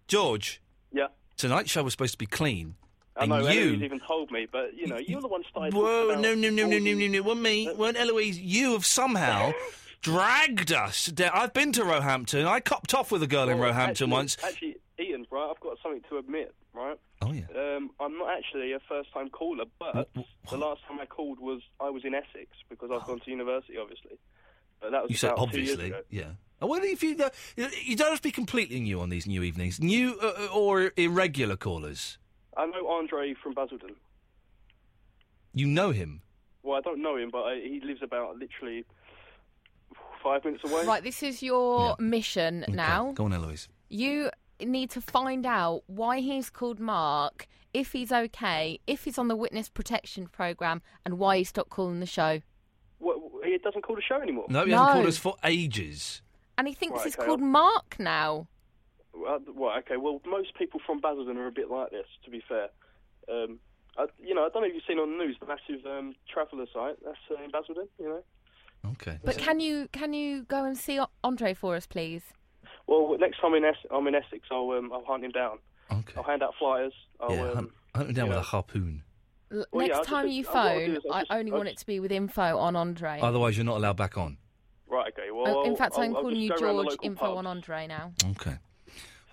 [SPEAKER 4] George.
[SPEAKER 21] Yeah.
[SPEAKER 4] Tonight's show was supposed to be clean,
[SPEAKER 21] I
[SPEAKER 4] and
[SPEAKER 21] know Eloise
[SPEAKER 4] you.
[SPEAKER 21] even told me, but
[SPEAKER 4] (laughs)
[SPEAKER 21] you know, you're the one started.
[SPEAKER 4] Whoa,
[SPEAKER 21] talking
[SPEAKER 4] no,
[SPEAKER 21] about
[SPEAKER 4] no, no, no,
[SPEAKER 21] all (laughs)
[SPEAKER 4] no, no, no, weren't me, weren't Eloise. You have somehow dragged us. down. I've been to Roehampton. I copped off with a girl in
[SPEAKER 21] Well,
[SPEAKER 4] Roehampton
[SPEAKER 21] actually-
[SPEAKER 4] once.
[SPEAKER 21] Actually, Ian, right, I've got something to admit, right?
[SPEAKER 4] Oh, yeah.
[SPEAKER 21] Um, I'm not actually a first time caller, but the last time I called was I was in Essex because I've gone to university, obviously. But that was
[SPEAKER 4] Oh. You said
[SPEAKER 21] about two years
[SPEAKER 4] obviously,
[SPEAKER 21] ago.
[SPEAKER 4] yeah. I wonder if you uh, you don't have to be completely new on these new evenings. New uh, or irregular callers.
[SPEAKER 21] I know Andre from Basildon.
[SPEAKER 4] You know him.
[SPEAKER 21] Well, I don't know him, but I, he lives about literally five minutes away.
[SPEAKER 7] Right, this is your mission now.
[SPEAKER 4] Go on, Eloise.
[SPEAKER 7] You need to find out why he's called Mark, if he's okay, if he's on the witness protection program, and why he stopped calling the show.
[SPEAKER 21] What, he doesn't call the show anymore.
[SPEAKER 4] No, he
[SPEAKER 7] No.
[SPEAKER 4] hasn't called us for ages.
[SPEAKER 7] And he thinks
[SPEAKER 21] Right,
[SPEAKER 7] he's
[SPEAKER 21] okay,
[SPEAKER 7] called
[SPEAKER 21] I'll-
[SPEAKER 7] Mark now.
[SPEAKER 21] Well, Uh, well, okay. Well, most people from Basildon are a bit like this, to be fair. Um, I, you know, I don't know if you've seen on the news the massive um, traveller site that's uh, in Basildon. You know.
[SPEAKER 4] Okay.
[SPEAKER 7] But can you can you go and see O- Andre for us, please?
[SPEAKER 21] Well, next time in Ess- I'm in Essex, I'll um, I'll hunt him down. Okay. I'll hand out flyers. I'll,
[SPEAKER 4] yeah,
[SPEAKER 21] um,
[SPEAKER 4] hunt, hunt him down with a harpoon.
[SPEAKER 7] L-
[SPEAKER 21] Well, yeah,
[SPEAKER 7] Next
[SPEAKER 21] I just
[SPEAKER 7] time
[SPEAKER 21] think-
[SPEAKER 7] you
[SPEAKER 21] uh, what I'll do
[SPEAKER 7] phone,
[SPEAKER 21] is I'll
[SPEAKER 7] I
[SPEAKER 21] just-
[SPEAKER 7] only
[SPEAKER 21] I'll
[SPEAKER 7] want it to be with info on Andre.
[SPEAKER 4] Otherwise, you're not allowed back on.
[SPEAKER 21] Right. Okay. Well,
[SPEAKER 7] Oh, in
[SPEAKER 21] I'll-
[SPEAKER 7] fact,
[SPEAKER 21] I'll,
[SPEAKER 7] am
[SPEAKER 21] I'll
[SPEAKER 7] calling you
[SPEAKER 21] just go around the
[SPEAKER 7] George.
[SPEAKER 21] local
[SPEAKER 7] Info
[SPEAKER 21] pubs.
[SPEAKER 7] on Andre now.
[SPEAKER 4] Okay.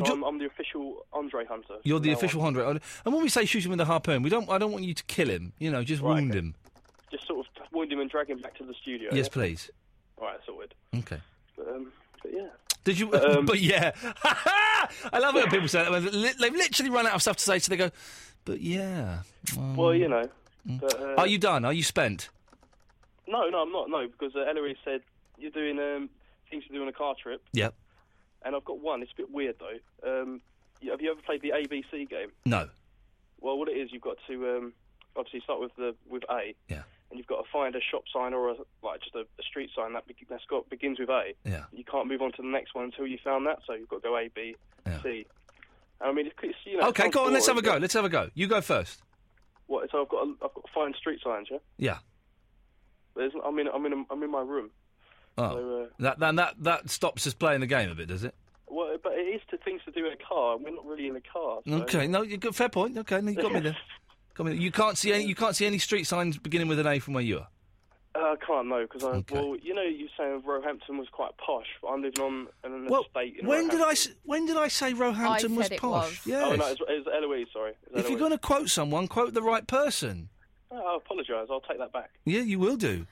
[SPEAKER 21] So I'm, I'm the official Andre hunter.
[SPEAKER 4] You're
[SPEAKER 21] from
[SPEAKER 4] the
[SPEAKER 21] now on.
[SPEAKER 4] official hunter. And when we say shoot him with a harpoon, we don't. I don't want you to kill him. You know, just wound him.
[SPEAKER 21] Just sort of wound him and drag him back to the studio.
[SPEAKER 4] Yes,
[SPEAKER 21] yeah?
[SPEAKER 4] please.
[SPEAKER 21] All right, sorted.
[SPEAKER 4] Okay.
[SPEAKER 21] But, um, but yeah.
[SPEAKER 4] Did you? (laughs)
[SPEAKER 21] Um,
[SPEAKER 4] but yeah, I love it when people say that. when li- They've literally run out of stuff to say, so they go, "But yeah." um,
[SPEAKER 21] Well, you know. But, uh,
[SPEAKER 4] Are you done? Are you spent?
[SPEAKER 21] No, no, I'm not. No, because uh, Eloise said you're doing um, things to do on a car trip,
[SPEAKER 4] Yep.
[SPEAKER 21] and I've got one. It's a bit weird though. Um, you- have you ever played the ABC game?
[SPEAKER 4] No.
[SPEAKER 21] Well, what it is, you've got to um, obviously start with the with A. Yeah. And you've got to find a shop sign or a, like just a, a street sign that be- that's got begins with A.
[SPEAKER 4] Yeah.
[SPEAKER 21] You can't move on to the next one until you found that. So you've got to go A B C. And I mean, it's, it's, you know. it
[SPEAKER 4] okay,
[SPEAKER 21] sounds
[SPEAKER 4] go on. Let's have
[SPEAKER 21] boring,
[SPEAKER 4] a go. Let's have a go. You go first.
[SPEAKER 21] but- What? So I've got to, I've got to find street signs. Yeah.
[SPEAKER 4] Yeah.
[SPEAKER 21] There's, I'm in I'm in a, I'm in my room.
[SPEAKER 4] Oh,
[SPEAKER 21] So, uh,
[SPEAKER 4] that, that that that stops us playing the game a bit, does it?
[SPEAKER 21] Well, but it is to things to do in a car, and we're not really in a car. so-
[SPEAKER 4] Okay. No, you got fair point. Okay, no, you got me
[SPEAKER 21] (laughs)
[SPEAKER 4] there. Got me there. You can't see any. You can't see any street signs beginning with an A from where you are.
[SPEAKER 21] Uh, I can't know because I well, you know, you saying Roehampton was quite posh, but I'm living on an
[SPEAKER 4] Well,
[SPEAKER 21] estate. In
[SPEAKER 4] when did I?
[SPEAKER 21] Roehampton.
[SPEAKER 4] s- When did I say Roehampton was posh? Yes.
[SPEAKER 21] Oh no, it's, it's Eloise. Sorry. It's
[SPEAKER 4] if
[SPEAKER 21] Eloise.
[SPEAKER 4] you're going to quote someone, quote the right person.
[SPEAKER 21] Oh, I apologise. I'll take that back.
[SPEAKER 4] Yeah, you
[SPEAKER 21] (laughs)
[SPEAKER 4] will do,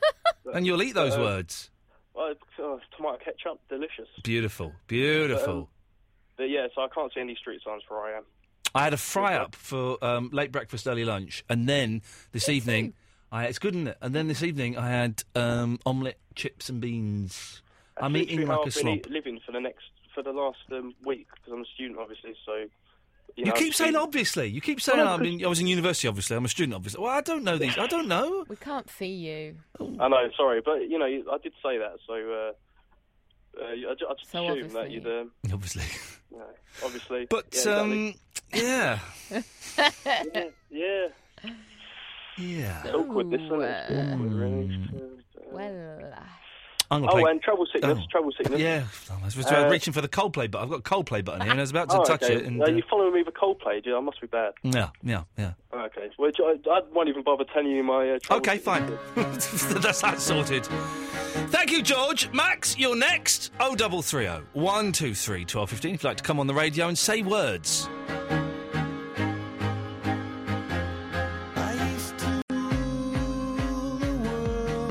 [SPEAKER 4] and you'll eat those
[SPEAKER 21] Uh,
[SPEAKER 4] words.
[SPEAKER 21] Well, it's, oh, it's tomato ketchup, delicious. um,
[SPEAKER 4] Beautiful, beautiful.
[SPEAKER 21] But yeah, so I can't see any street signs for where I am.
[SPEAKER 4] I had a fry up for um, late breakfast, early lunch, and then this evening, I it's good, isn't it? And then this evening, I had um, omelette, chips, and beans.
[SPEAKER 21] That's
[SPEAKER 4] I'm eating
[SPEAKER 21] literally
[SPEAKER 4] like
[SPEAKER 21] how
[SPEAKER 4] a
[SPEAKER 21] I've been
[SPEAKER 4] slob.
[SPEAKER 21] eat- living for the next for the last um, week because I'm a student, obviously. So you,
[SPEAKER 4] You,
[SPEAKER 21] know, I'm
[SPEAKER 4] keep
[SPEAKER 21] just
[SPEAKER 4] saying
[SPEAKER 21] eating-
[SPEAKER 4] obviously. You keep saying "Oh,
[SPEAKER 21] Well,
[SPEAKER 4] I'm in, I was in university. Obviously, I'm a student. Obviously, well, I don't know these. I don't know.
[SPEAKER 7] We can't see you.
[SPEAKER 21] I know, sorry, but you know, you- I did say that, so uh, uh, I, ju- I just
[SPEAKER 7] So
[SPEAKER 21] assumed that
[SPEAKER 7] obviously.
[SPEAKER 21] you'd. Um,
[SPEAKER 4] (laughs) obviously.
[SPEAKER 21] You know, obviously.
[SPEAKER 4] But
[SPEAKER 21] yeah,
[SPEAKER 4] um, yeah,
[SPEAKER 7] (laughs)
[SPEAKER 21] exactly. (laughs) yeah,
[SPEAKER 4] yeah.
[SPEAKER 21] It's awkward, this isn't it? It's awkward, really.
[SPEAKER 7] Well,
[SPEAKER 4] I'm gonna
[SPEAKER 21] Oh,
[SPEAKER 4] play-
[SPEAKER 21] and travel sickness,
[SPEAKER 4] Oh.
[SPEAKER 21] travel sickness.
[SPEAKER 4] Yeah, I was
[SPEAKER 21] Uh,
[SPEAKER 4] reaching for the Coldplay button. I've got a Coldplay button here, and I was about to
[SPEAKER 21] (laughs) oh,
[SPEAKER 4] touch
[SPEAKER 21] okay.
[SPEAKER 4] it. And,
[SPEAKER 21] Are
[SPEAKER 4] uh,
[SPEAKER 21] you following me with Coldplay? dude? I must be bad.
[SPEAKER 4] yeah, yeah, yeah. (laughs)
[SPEAKER 21] Okay, well, I, I won't even bother telling you my. Uh, travel
[SPEAKER 4] Okay,
[SPEAKER 21] sickness.
[SPEAKER 4] fine. That's that sorted. Thank you, George. Max, you're next. Oh, 0330 123 1215 if you'd like to come on the radio and say words.
[SPEAKER 14] I used to rule the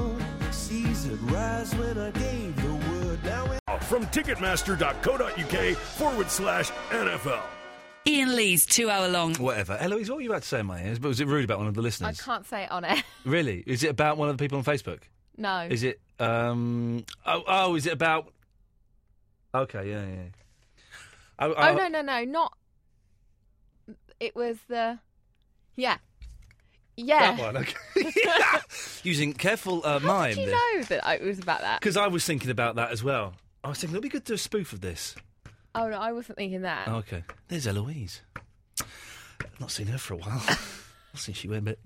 [SPEAKER 14] world. Caesar'd rise when I gave the word. Now it-
[SPEAKER 22] From ticketmaster.co.uk forward slash NFL.
[SPEAKER 2] Ian Lee's two hour long.
[SPEAKER 4] Whatever. Eloise, what were you about to say in my ears? But was it rude about one of the
[SPEAKER 7] I
[SPEAKER 4] listeners?
[SPEAKER 7] can't say it on air. (laughs)
[SPEAKER 4] Really? Is it about one of the people on Facebook?
[SPEAKER 7] No.
[SPEAKER 4] Is it, um. Oh, oh, is it about. Okay, yeah, yeah. Oh,
[SPEAKER 7] Oh no no no not. It was the, yeah, yeah.
[SPEAKER 4] That
[SPEAKER 7] (laughs)
[SPEAKER 4] one, okay. (laughs) Using careful uh,
[SPEAKER 7] How
[SPEAKER 4] mime.
[SPEAKER 7] did you
[SPEAKER 4] there.
[SPEAKER 7] know that I- it was about that?
[SPEAKER 4] Because I was thinking about that as well. I was thinking it'd be good to do a spoof of this.
[SPEAKER 7] Oh no, I wasn't thinking that.
[SPEAKER 4] Oh, okay. There's Eloise. I've not seen her for a while. (laughs) Not since she
[SPEAKER 7] (laughs)
[SPEAKER 4] went bit.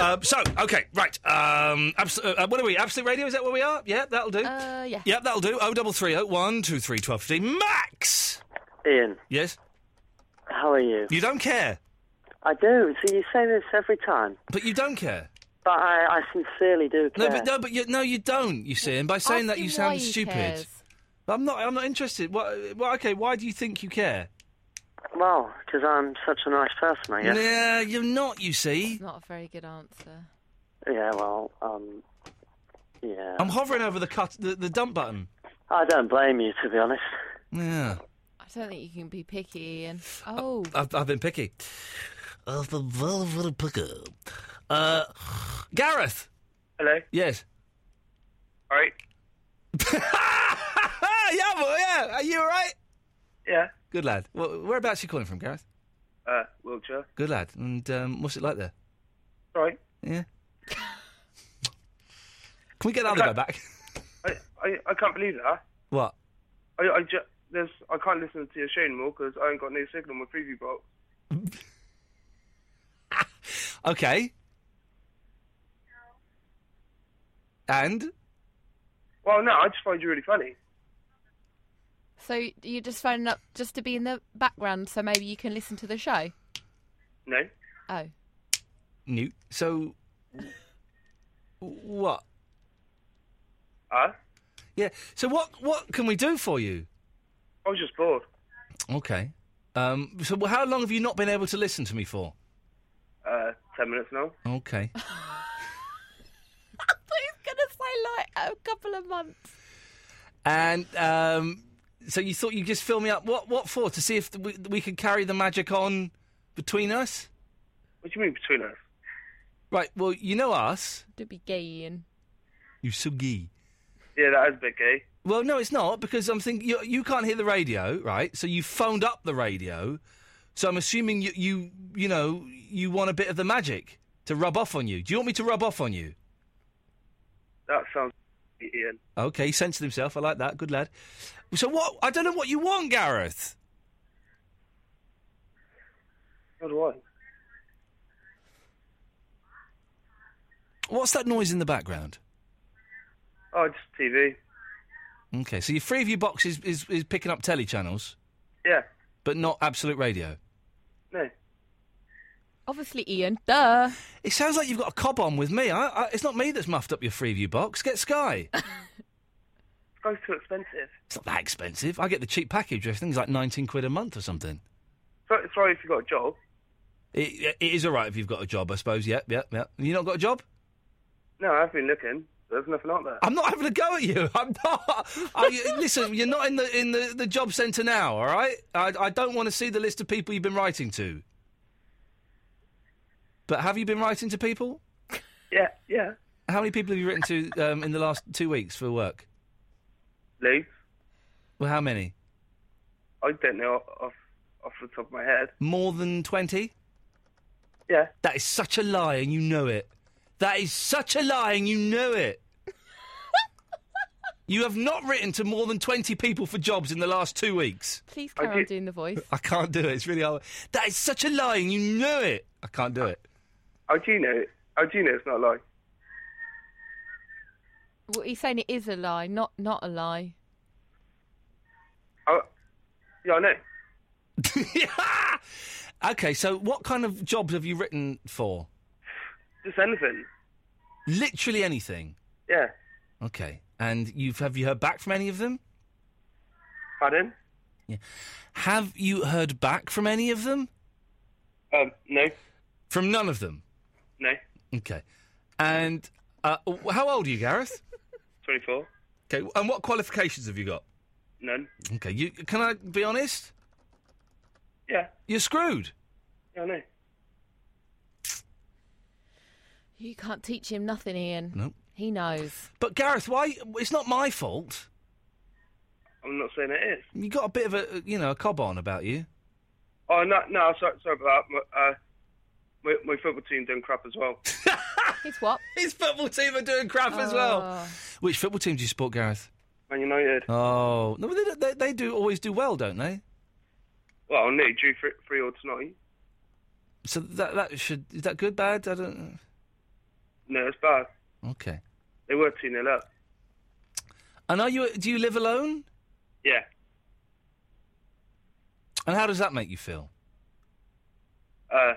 [SPEAKER 4] um, so, okay, right. Um, abs- uh, uh, what are we? Absolute Radio? Is that where we are? Yeah, that'll do.
[SPEAKER 7] Uh, yeah.
[SPEAKER 4] Yep, that'll do. Oh, 0330 123 1215. Max!
[SPEAKER 23] Ian,
[SPEAKER 4] Yes?
[SPEAKER 23] how are you?
[SPEAKER 4] You don't care,
[SPEAKER 23] I do. So you say this every time.
[SPEAKER 4] but you don't care.
[SPEAKER 1] but I, I sincerely do care.
[SPEAKER 4] No, but no, but you, no, you don't. You see, and by saying that, you sound stupid. I'm not. I'm not interested. Well, well, okay. Why do you think you care?
[SPEAKER 1] Well, because I'm such a nice person,
[SPEAKER 23] Oh,
[SPEAKER 1] I guess.
[SPEAKER 4] Nah, you're not. You see,
[SPEAKER 7] It's not a very good answer.
[SPEAKER 1] Yeah, well, um, yeah.
[SPEAKER 4] I'm hovering over the cut, the, the dump button.
[SPEAKER 1] I don't blame you, to be honest.
[SPEAKER 4] Yeah,
[SPEAKER 7] I don't think you can be picky, Ian. Oh,
[SPEAKER 4] I've, I've been picky. I've been very, very picky. Uh, Gareth.
[SPEAKER 23] Hello.
[SPEAKER 4] Yes.
[SPEAKER 23] All right.
[SPEAKER 4] Ah, yeah, well, yeah. Are you all right?
[SPEAKER 23] Yeah.
[SPEAKER 4] Good lad. Well, whereabouts you calling from, Gareth?
[SPEAKER 23] Uh, Wiltshire.
[SPEAKER 4] Good lad. And um, what's it like there?
[SPEAKER 23] All right. (laughs)
[SPEAKER 4] Yeah. Can we get the other guy back?
[SPEAKER 23] I, I, I can't believe that.
[SPEAKER 4] What?
[SPEAKER 23] I, I ju- there's, I can't listen to your show anymore because I ain't got no signal on my preview box.
[SPEAKER 4] Okay. And
[SPEAKER 23] Well, no, I just find you really funny.
[SPEAKER 7] so you're just phoning up just to be in the background, so maybe you can listen to the show.
[SPEAKER 23] No.
[SPEAKER 7] (laughs) Oh,
[SPEAKER 4] Newt. So w- what?
[SPEAKER 23] Huh?
[SPEAKER 4] Yeah. So what? What can we do for you?
[SPEAKER 23] I was just bored.
[SPEAKER 4] Okay. Um, so wh- how long have you not been able to listen to me for?
[SPEAKER 23] Uh, ten minutes now.
[SPEAKER 4] Okay.
[SPEAKER 7] I thought he was gonna say like a couple of months.
[SPEAKER 4] And um, so you thought you'd just fill me up. What? What for? To see if we, we could carry the magic on between us.
[SPEAKER 23] What do you mean between us?
[SPEAKER 4] Right. Well, you know us.
[SPEAKER 7] To be gay, Ian.
[SPEAKER 4] You so gay.
[SPEAKER 23] Yeah, that is a bit gay.
[SPEAKER 4] Well, no, it's not because I'm thinking you, you can't hear the radio, right? So you phoned up the radio. So I'm assuming you, you, you know, you want a bit of the magic to rub off on you. Do you want me to rub off on you?
[SPEAKER 23] That sounds Ian.
[SPEAKER 4] Okay, he censored himself. I like that. Good lad. So what? I don't know what you want, Gareth.
[SPEAKER 23] How do I?
[SPEAKER 4] What's that noise in the background?
[SPEAKER 23] Oh, just TV.
[SPEAKER 4] Okay, so your free view box is, is, is picking up telly channels,
[SPEAKER 23] Yeah.
[SPEAKER 4] but not absolute radio.
[SPEAKER 23] No.
[SPEAKER 7] Obviously, Ian. Duh.
[SPEAKER 4] It sounds like you've got a cob on with me. I, I, it's not me that's muffed up your Freeview box. Get Sky.
[SPEAKER 23] Sky's too expensive.
[SPEAKER 4] It's not that expensive. I get the cheap package. I think it's like 19 quid a month or something.
[SPEAKER 23] So, sorry if you got a job.
[SPEAKER 4] It, it is all right if you've got a job, I suppose. Yep, yep, yep. You not got a job?
[SPEAKER 23] No, I've been looking. There's nothing out there.
[SPEAKER 4] I'm not having a go at you. (laughs) I'm not. I, you- listen, you're not in the in the, the job centre now. All right. I, I don't want to see the list of people you've been writing to. But have you been writing to people?
[SPEAKER 23] Yeah, yeah.
[SPEAKER 4] How many people have you written to um, in the last two weeks for work?
[SPEAKER 23] Lee,
[SPEAKER 4] Well, how many?
[SPEAKER 23] I don't know off off the top of my head.
[SPEAKER 4] More than twenty.
[SPEAKER 23] Yeah.
[SPEAKER 4] That is such a lie, and you know it. That is such a lie, and you know it. you have not written to more than twenty people for jobs in the last two weeks.
[SPEAKER 7] Please carry on doing the voice.
[SPEAKER 4] I can't do it. It's really hard. That is such a lie, and you know it. I can't do it.
[SPEAKER 23] How do you know? How do you know it's not a lie?
[SPEAKER 7] Well, he's saying it is a lie, not not a lie.
[SPEAKER 23] I, yeah, I know.
[SPEAKER 4] Okay, so what kind of jobs have you written for?
[SPEAKER 23] Just anything.
[SPEAKER 4] Literally anything.
[SPEAKER 23] Yeah.
[SPEAKER 4] Okay, and you've have you heard back from any of them?
[SPEAKER 23] Pardon?
[SPEAKER 4] Have you heard back from any of them?
[SPEAKER 23] Um, no.
[SPEAKER 4] From none of them.
[SPEAKER 23] No.
[SPEAKER 4] Okay, and uh, w- how old are you, Gareth?
[SPEAKER 23] 24.
[SPEAKER 4] Okay, and what qualifications have you got?
[SPEAKER 23] None.
[SPEAKER 4] Okay, you can I be honest?
[SPEAKER 23] Yeah.
[SPEAKER 4] You're screwed.
[SPEAKER 23] Yeah, I know.
[SPEAKER 7] You can't teach him nothing, Ian.
[SPEAKER 4] No.
[SPEAKER 7] He knows.
[SPEAKER 4] But Gareth, why? It's not my fault.
[SPEAKER 23] I'm not saying it is.
[SPEAKER 4] You got a bit of a you know a cob on about you.
[SPEAKER 23] Oh, no, no, sorry, sorry about that. My, uh, my, my football team done crap as well.
[SPEAKER 7] His what?
[SPEAKER 4] His football team are doing crap
[SPEAKER 23] as
[SPEAKER 19] Uh,
[SPEAKER 23] well.
[SPEAKER 4] Which football team do you support, Gareth?
[SPEAKER 23] Man United.
[SPEAKER 4] Oh, no, but they, they, they do always do well, don't they?
[SPEAKER 23] Well, no, drew three, three all tonight.
[SPEAKER 4] So that that should is that good, bad? I don't.
[SPEAKER 23] No, it's bad.
[SPEAKER 4] Okay.
[SPEAKER 23] They were 2 0 up.
[SPEAKER 4] And are you? Do you live alone?
[SPEAKER 23] Yeah.
[SPEAKER 4] And how does that make you feel?
[SPEAKER 23] Uh,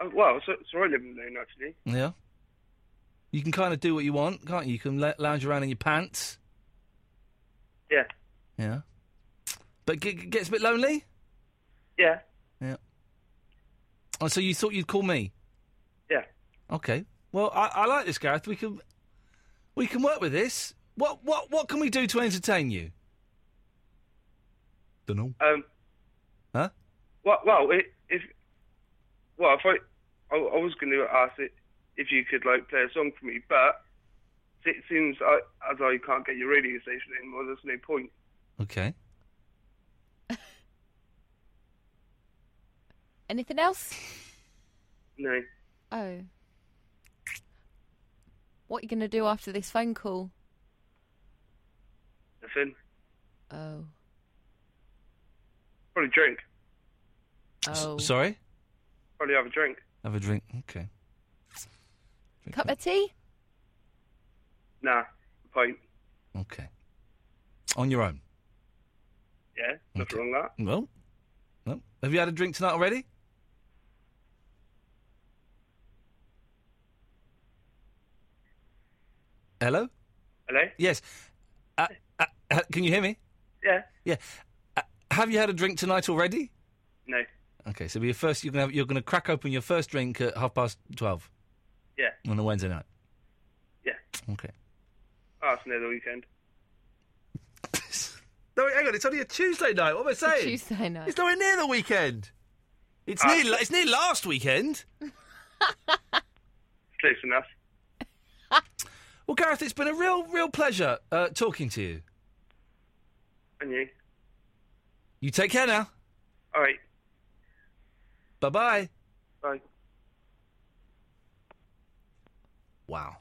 [SPEAKER 23] Uh, well, so, so I live in Lane actually.
[SPEAKER 4] Yeah. You can kind of do what you want, can't you? You can la- lounge around in your pants.
[SPEAKER 23] Yeah.
[SPEAKER 4] Yeah. But g- g- gets a bit lonely?
[SPEAKER 23] Yeah.
[SPEAKER 4] Yeah. Oh, so you thought you'd call me?
[SPEAKER 23] Yeah.
[SPEAKER 4] Okay. Well, I, I like this, Gareth. We can we can work with this. What what what can we do to entertain you? Don't know.
[SPEAKER 23] Um.
[SPEAKER 4] Huh?
[SPEAKER 23] Well, well, i- if well, if I, I, I was going to ask it if you could like play a song for me, but it seems I, as I can't get your radio station anymore. There's no point.
[SPEAKER 4] Okay.
[SPEAKER 7] Anything else?
[SPEAKER 23] No.
[SPEAKER 7] Oh. What are you going to do after this phone call?
[SPEAKER 23] Nothing.
[SPEAKER 7] Oh.
[SPEAKER 23] Probably drink.
[SPEAKER 7] Oh.
[SPEAKER 4] Sorry?
[SPEAKER 23] Probably have a drink.
[SPEAKER 4] Have a drink. Okay.
[SPEAKER 7] Cup of tea?
[SPEAKER 23] Nah. Pint.
[SPEAKER 4] Okay. On your own.
[SPEAKER 23] Yeah. Nothing wrong with that.
[SPEAKER 4] Well, no. Have you had a drink tonight already? Hello.
[SPEAKER 23] Hello.
[SPEAKER 4] Yes. Uh, uh, uh, can you hear me?
[SPEAKER 23] Yeah.
[SPEAKER 4] Yeah. Uh, have you had a drink tonight already?
[SPEAKER 23] No.
[SPEAKER 4] Okay, so your first you're gonna have, you're gonna crack open your first drink at half past twelve
[SPEAKER 23] Yeah.
[SPEAKER 4] on a Wednesday night.
[SPEAKER 23] Yeah.
[SPEAKER 4] Okay.
[SPEAKER 23] Oh, it's near the weekend.
[SPEAKER 4] No, hang on. It's only a Tuesday night. What am I
[SPEAKER 7] It's a
[SPEAKER 4] saying?
[SPEAKER 7] Tuesday night.
[SPEAKER 4] It's nowhere near the weekend. It's
[SPEAKER 23] Ah.
[SPEAKER 4] near. la- It's near last weekend.
[SPEAKER 23] Close enough.
[SPEAKER 4] Well, Gareth, it's been a real, real pleasure uh, talking to you.
[SPEAKER 23] And you?
[SPEAKER 4] You take care now.
[SPEAKER 23] All right.
[SPEAKER 4] Bye bye.
[SPEAKER 23] Bye.
[SPEAKER 4] Wow.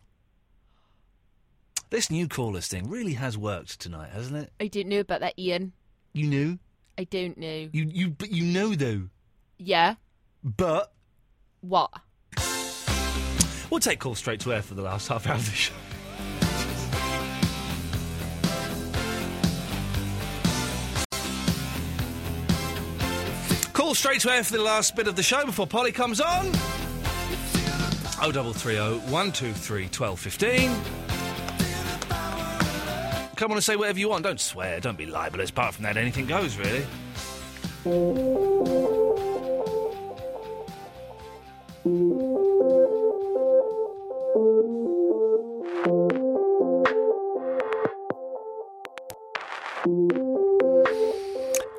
[SPEAKER 4] This new callers thing really has worked tonight, hasn't it?
[SPEAKER 7] I didn't know about that, Ian.
[SPEAKER 4] You knew.
[SPEAKER 7] I don't know.
[SPEAKER 4] You you but you know though.
[SPEAKER 7] Yeah.
[SPEAKER 4] But (laughs)
[SPEAKER 7] What?
[SPEAKER 4] we'll take calls straight to air for the last half hour of the show. Call straight to air for the last bit of the show before Polly comes on. Oh, 0330 123 1215. Come on and say whatever you want. Don't swear. Don't be libelous. Apart from that, anything goes, really.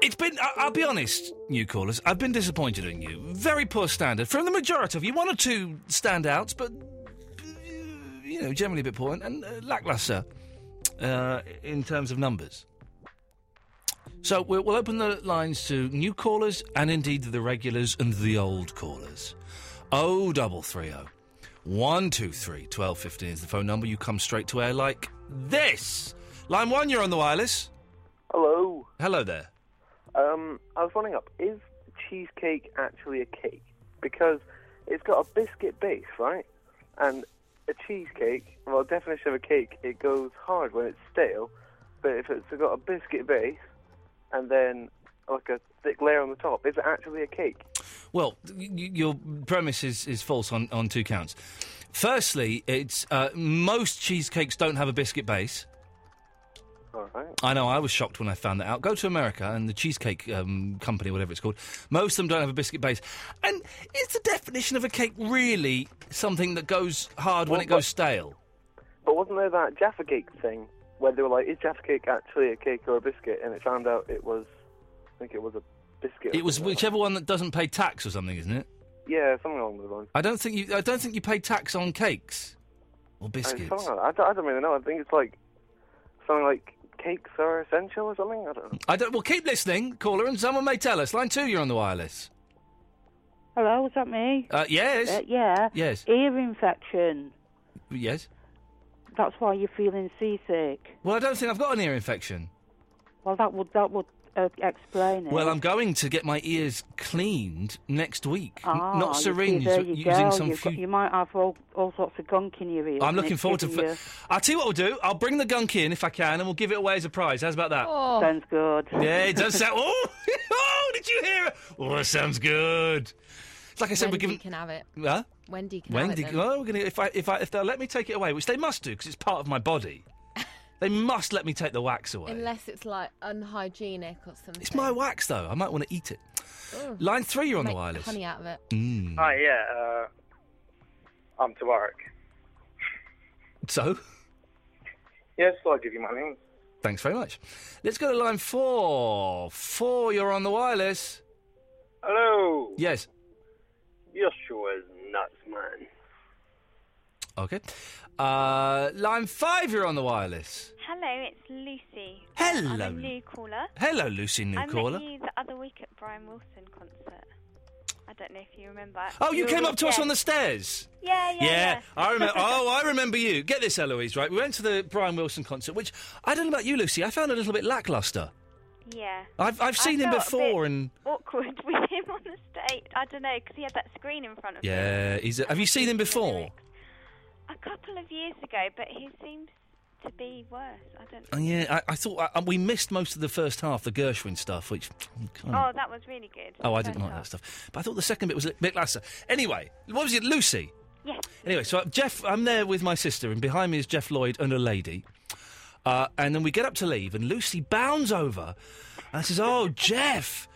[SPEAKER 4] It's been, I- I'll be honest, new callers, I've been disappointed in you. Very poor standard from the majority of you. One or two standouts, but, uh, you know, generally a bit poor and, and uh, lackluster uh, in terms of numbers. So we'll, we'll open the lines to new callers and indeed the regulars and the old callers. O double three O, one two three twelve fifteen is the phone number. You come straight to air like this. Line one, you're on the wireless.
[SPEAKER 3] Hello.
[SPEAKER 4] Hello there.
[SPEAKER 3] Um, I was wondering up, is cheesecake actually a cake? Because it's got a biscuit base, right? And a cheesecake, well, definition of a cake, it goes hard when it's stale, but if it's got a biscuit base and then like a thick layer on the top, is it actually a cake?
[SPEAKER 4] Well, y- y- your premise is, is false on, on two counts. Firstly, it's uh, most cheesecakes don't have a biscuit base.
[SPEAKER 3] All right.
[SPEAKER 4] I know, I was shocked when I found that out. Go to America and the Cheesecake um, Company, whatever it's called, most of them don't have a biscuit base. And is the definition of a cake really something that goes hard when
[SPEAKER 3] Well,
[SPEAKER 4] it
[SPEAKER 3] but-
[SPEAKER 4] goes stale?
[SPEAKER 3] But wasn't there that Jaffa cake thing where they were like, is Jaffa cake actually a cake or a biscuit? And it found out it was, I think it was a biscuit. or
[SPEAKER 4] It was
[SPEAKER 3] something like
[SPEAKER 4] whichever one that doesn't pay tax or something, isn't it?
[SPEAKER 3] that. Yeah, something along those lines.
[SPEAKER 4] I don't think you. I don't think you pay tax on cakes or
[SPEAKER 3] Uh,
[SPEAKER 4] biscuits.
[SPEAKER 3] something like that. I, don't, I don't really know. I think it's like something like cakes are essential or something. I don't know.
[SPEAKER 4] I don't. Well, keep listening, caller, and someone may tell us. Line two, you're on the wireless.
[SPEAKER 5] Hello, is that me?
[SPEAKER 4] Uh, yes.
[SPEAKER 5] Uh, yeah.
[SPEAKER 4] Yes.
[SPEAKER 5] Ear infection.
[SPEAKER 4] Yes.
[SPEAKER 5] That's why you're feeling seasick.
[SPEAKER 4] Well, I don't think I've got an ear infection.
[SPEAKER 5] Well, that would that would uh, explain it.
[SPEAKER 4] Well, I'm going to get my ears cleaned next week. N-
[SPEAKER 5] Ah,
[SPEAKER 4] Not
[SPEAKER 5] you see,
[SPEAKER 4] syringe,
[SPEAKER 5] there
[SPEAKER 4] but
[SPEAKER 5] you
[SPEAKER 4] using
[SPEAKER 5] go.
[SPEAKER 4] some.
[SPEAKER 5] You've got-
[SPEAKER 4] few-
[SPEAKER 5] you might have all, all sorts of gunk in your ears.
[SPEAKER 4] I'm
[SPEAKER 5] and
[SPEAKER 4] looking
[SPEAKER 5] it's
[SPEAKER 4] forward to.
[SPEAKER 5] giving
[SPEAKER 4] I'll tell you what we'll do. I'll bring the gunk in if I can, and we'll give it away as a prize. How's about that?
[SPEAKER 5] you- Sounds good. (laughs)
[SPEAKER 4] Yeah, it does sound. Oh, oh, did you hear? it? Oh, that sounds oh, good. Like I said, we're
[SPEAKER 7] Wendy
[SPEAKER 4] giving.
[SPEAKER 7] can have it.
[SPEAKER 4] Huh?
[SPEAKER 7] Wendy can
[SPEAKER 4] Wendy,
[SPEAKER 7] have it. then.
[SPEAKER 4] oh, we're gonna, if I if I if they'll let me take it away, which they must do because it's part of my
[SPEAKER 7] (laughs)
[SPEAKER 4] body, they must let me take the wax away.
[SPEAKER 7] Unless it's like unhygienic or something.
[SPEAKER 4] It's my wax though. I might want to eat it.
[SPEAKER 7] Ooh.
[SPEAKER 4] Line three, you're on
[SPEAKER 7] Make
[SPEAKER 4] the wireless.
[SPEAKER 7] Honey out of it.
[SPEAKER 4] Mm.
[SPEAKER 10] Ah,
[SPEAKER 8] Hi, yeah. Uh, I'm Tabarek.
[SPEAKER 4] So, (laughs)
[SPEAKER 8] Yes, I'll give you my name.
[SPEAKER 4] thanks very much. Let's go to line four. Four, you're on the wireless.
[SPEAKER 10] Hello.
[SPEAKER 4] Yes.
[SPEAKER 10] You're sure as nuts, man.
[SPEAKER 4] Okay. Uh, line five, you're on the wireless.
[SPEAKER 24] Hello, it's Lucy. I'm
[SPEAKER 4] Hello.
[SPEAKER 24] a new caller.
[SPEAKER 4] Hello, Lucy, new
[SPEAKER 24] I
[SPEAKER 4] caller.
[SPEAKER 24] met you the other week at Brian Wilson concert. I don't know if you remember.
[SPEAKER 4] Oh, you came up to us
[SPEAKER 24] yeah.
[SPEAKER 4] on the stairs.
[SPEAKER 24] Yeah, yeah, yeah.
[SPEAKER 4] I
[SPEAKER 24] (laughs)
[SPEAKER 4] remember. oh, I remember you. Get this, Eloise. Right, we went to the Brian Wilson concert, which I don't know about you, Lucy. I found a little bit lackluster.
[SPEAKER 24] Yeah.
[SPEAKER 4] I've I've
[SPEAKER 24] I
[SPEAKER 4] seen him
[SPEAKER 24] felt a
[SPEAKER 4] before,
[SPEAKER 24] bit
[SPEAKER 4] and
[SPEAKER 24] Awkward (laughs) with him on the stage. I don't know, because he had that screen in front of him.
[SPEAKER 4] yeah, he's. A, have you seen him before?
[SPEAKER 24] A couple of years ago, but he seems to be worse. I don't
[SPEAKER 4] Oh, yeah, I, I thought I, we missed most of the first half, the Gershwin stuff, which. kind of-
[SPEAKER 24] Oh, that was really good.
[SPEAKER 4] oh, I didn't
[SPEAKER 24] First
[SPEAKER 4] like that
[SPEAKER 24] half.
[SPEAKER 4] stuff. But I thought the second bit was a bit lesser. Anyway, what was it, Lucy?
[SPEAKER 24] Yes.
[SPEAKER 4] Anyway, so Jeff, I'm there with my sister, and behind me is Jeff Lloyd and a lady. Uh, and then we get up to leave, and Lucy bounds over and
[SPEAKER 10] (laughs)
[SPEAKER 4] says, Oh, Jeff,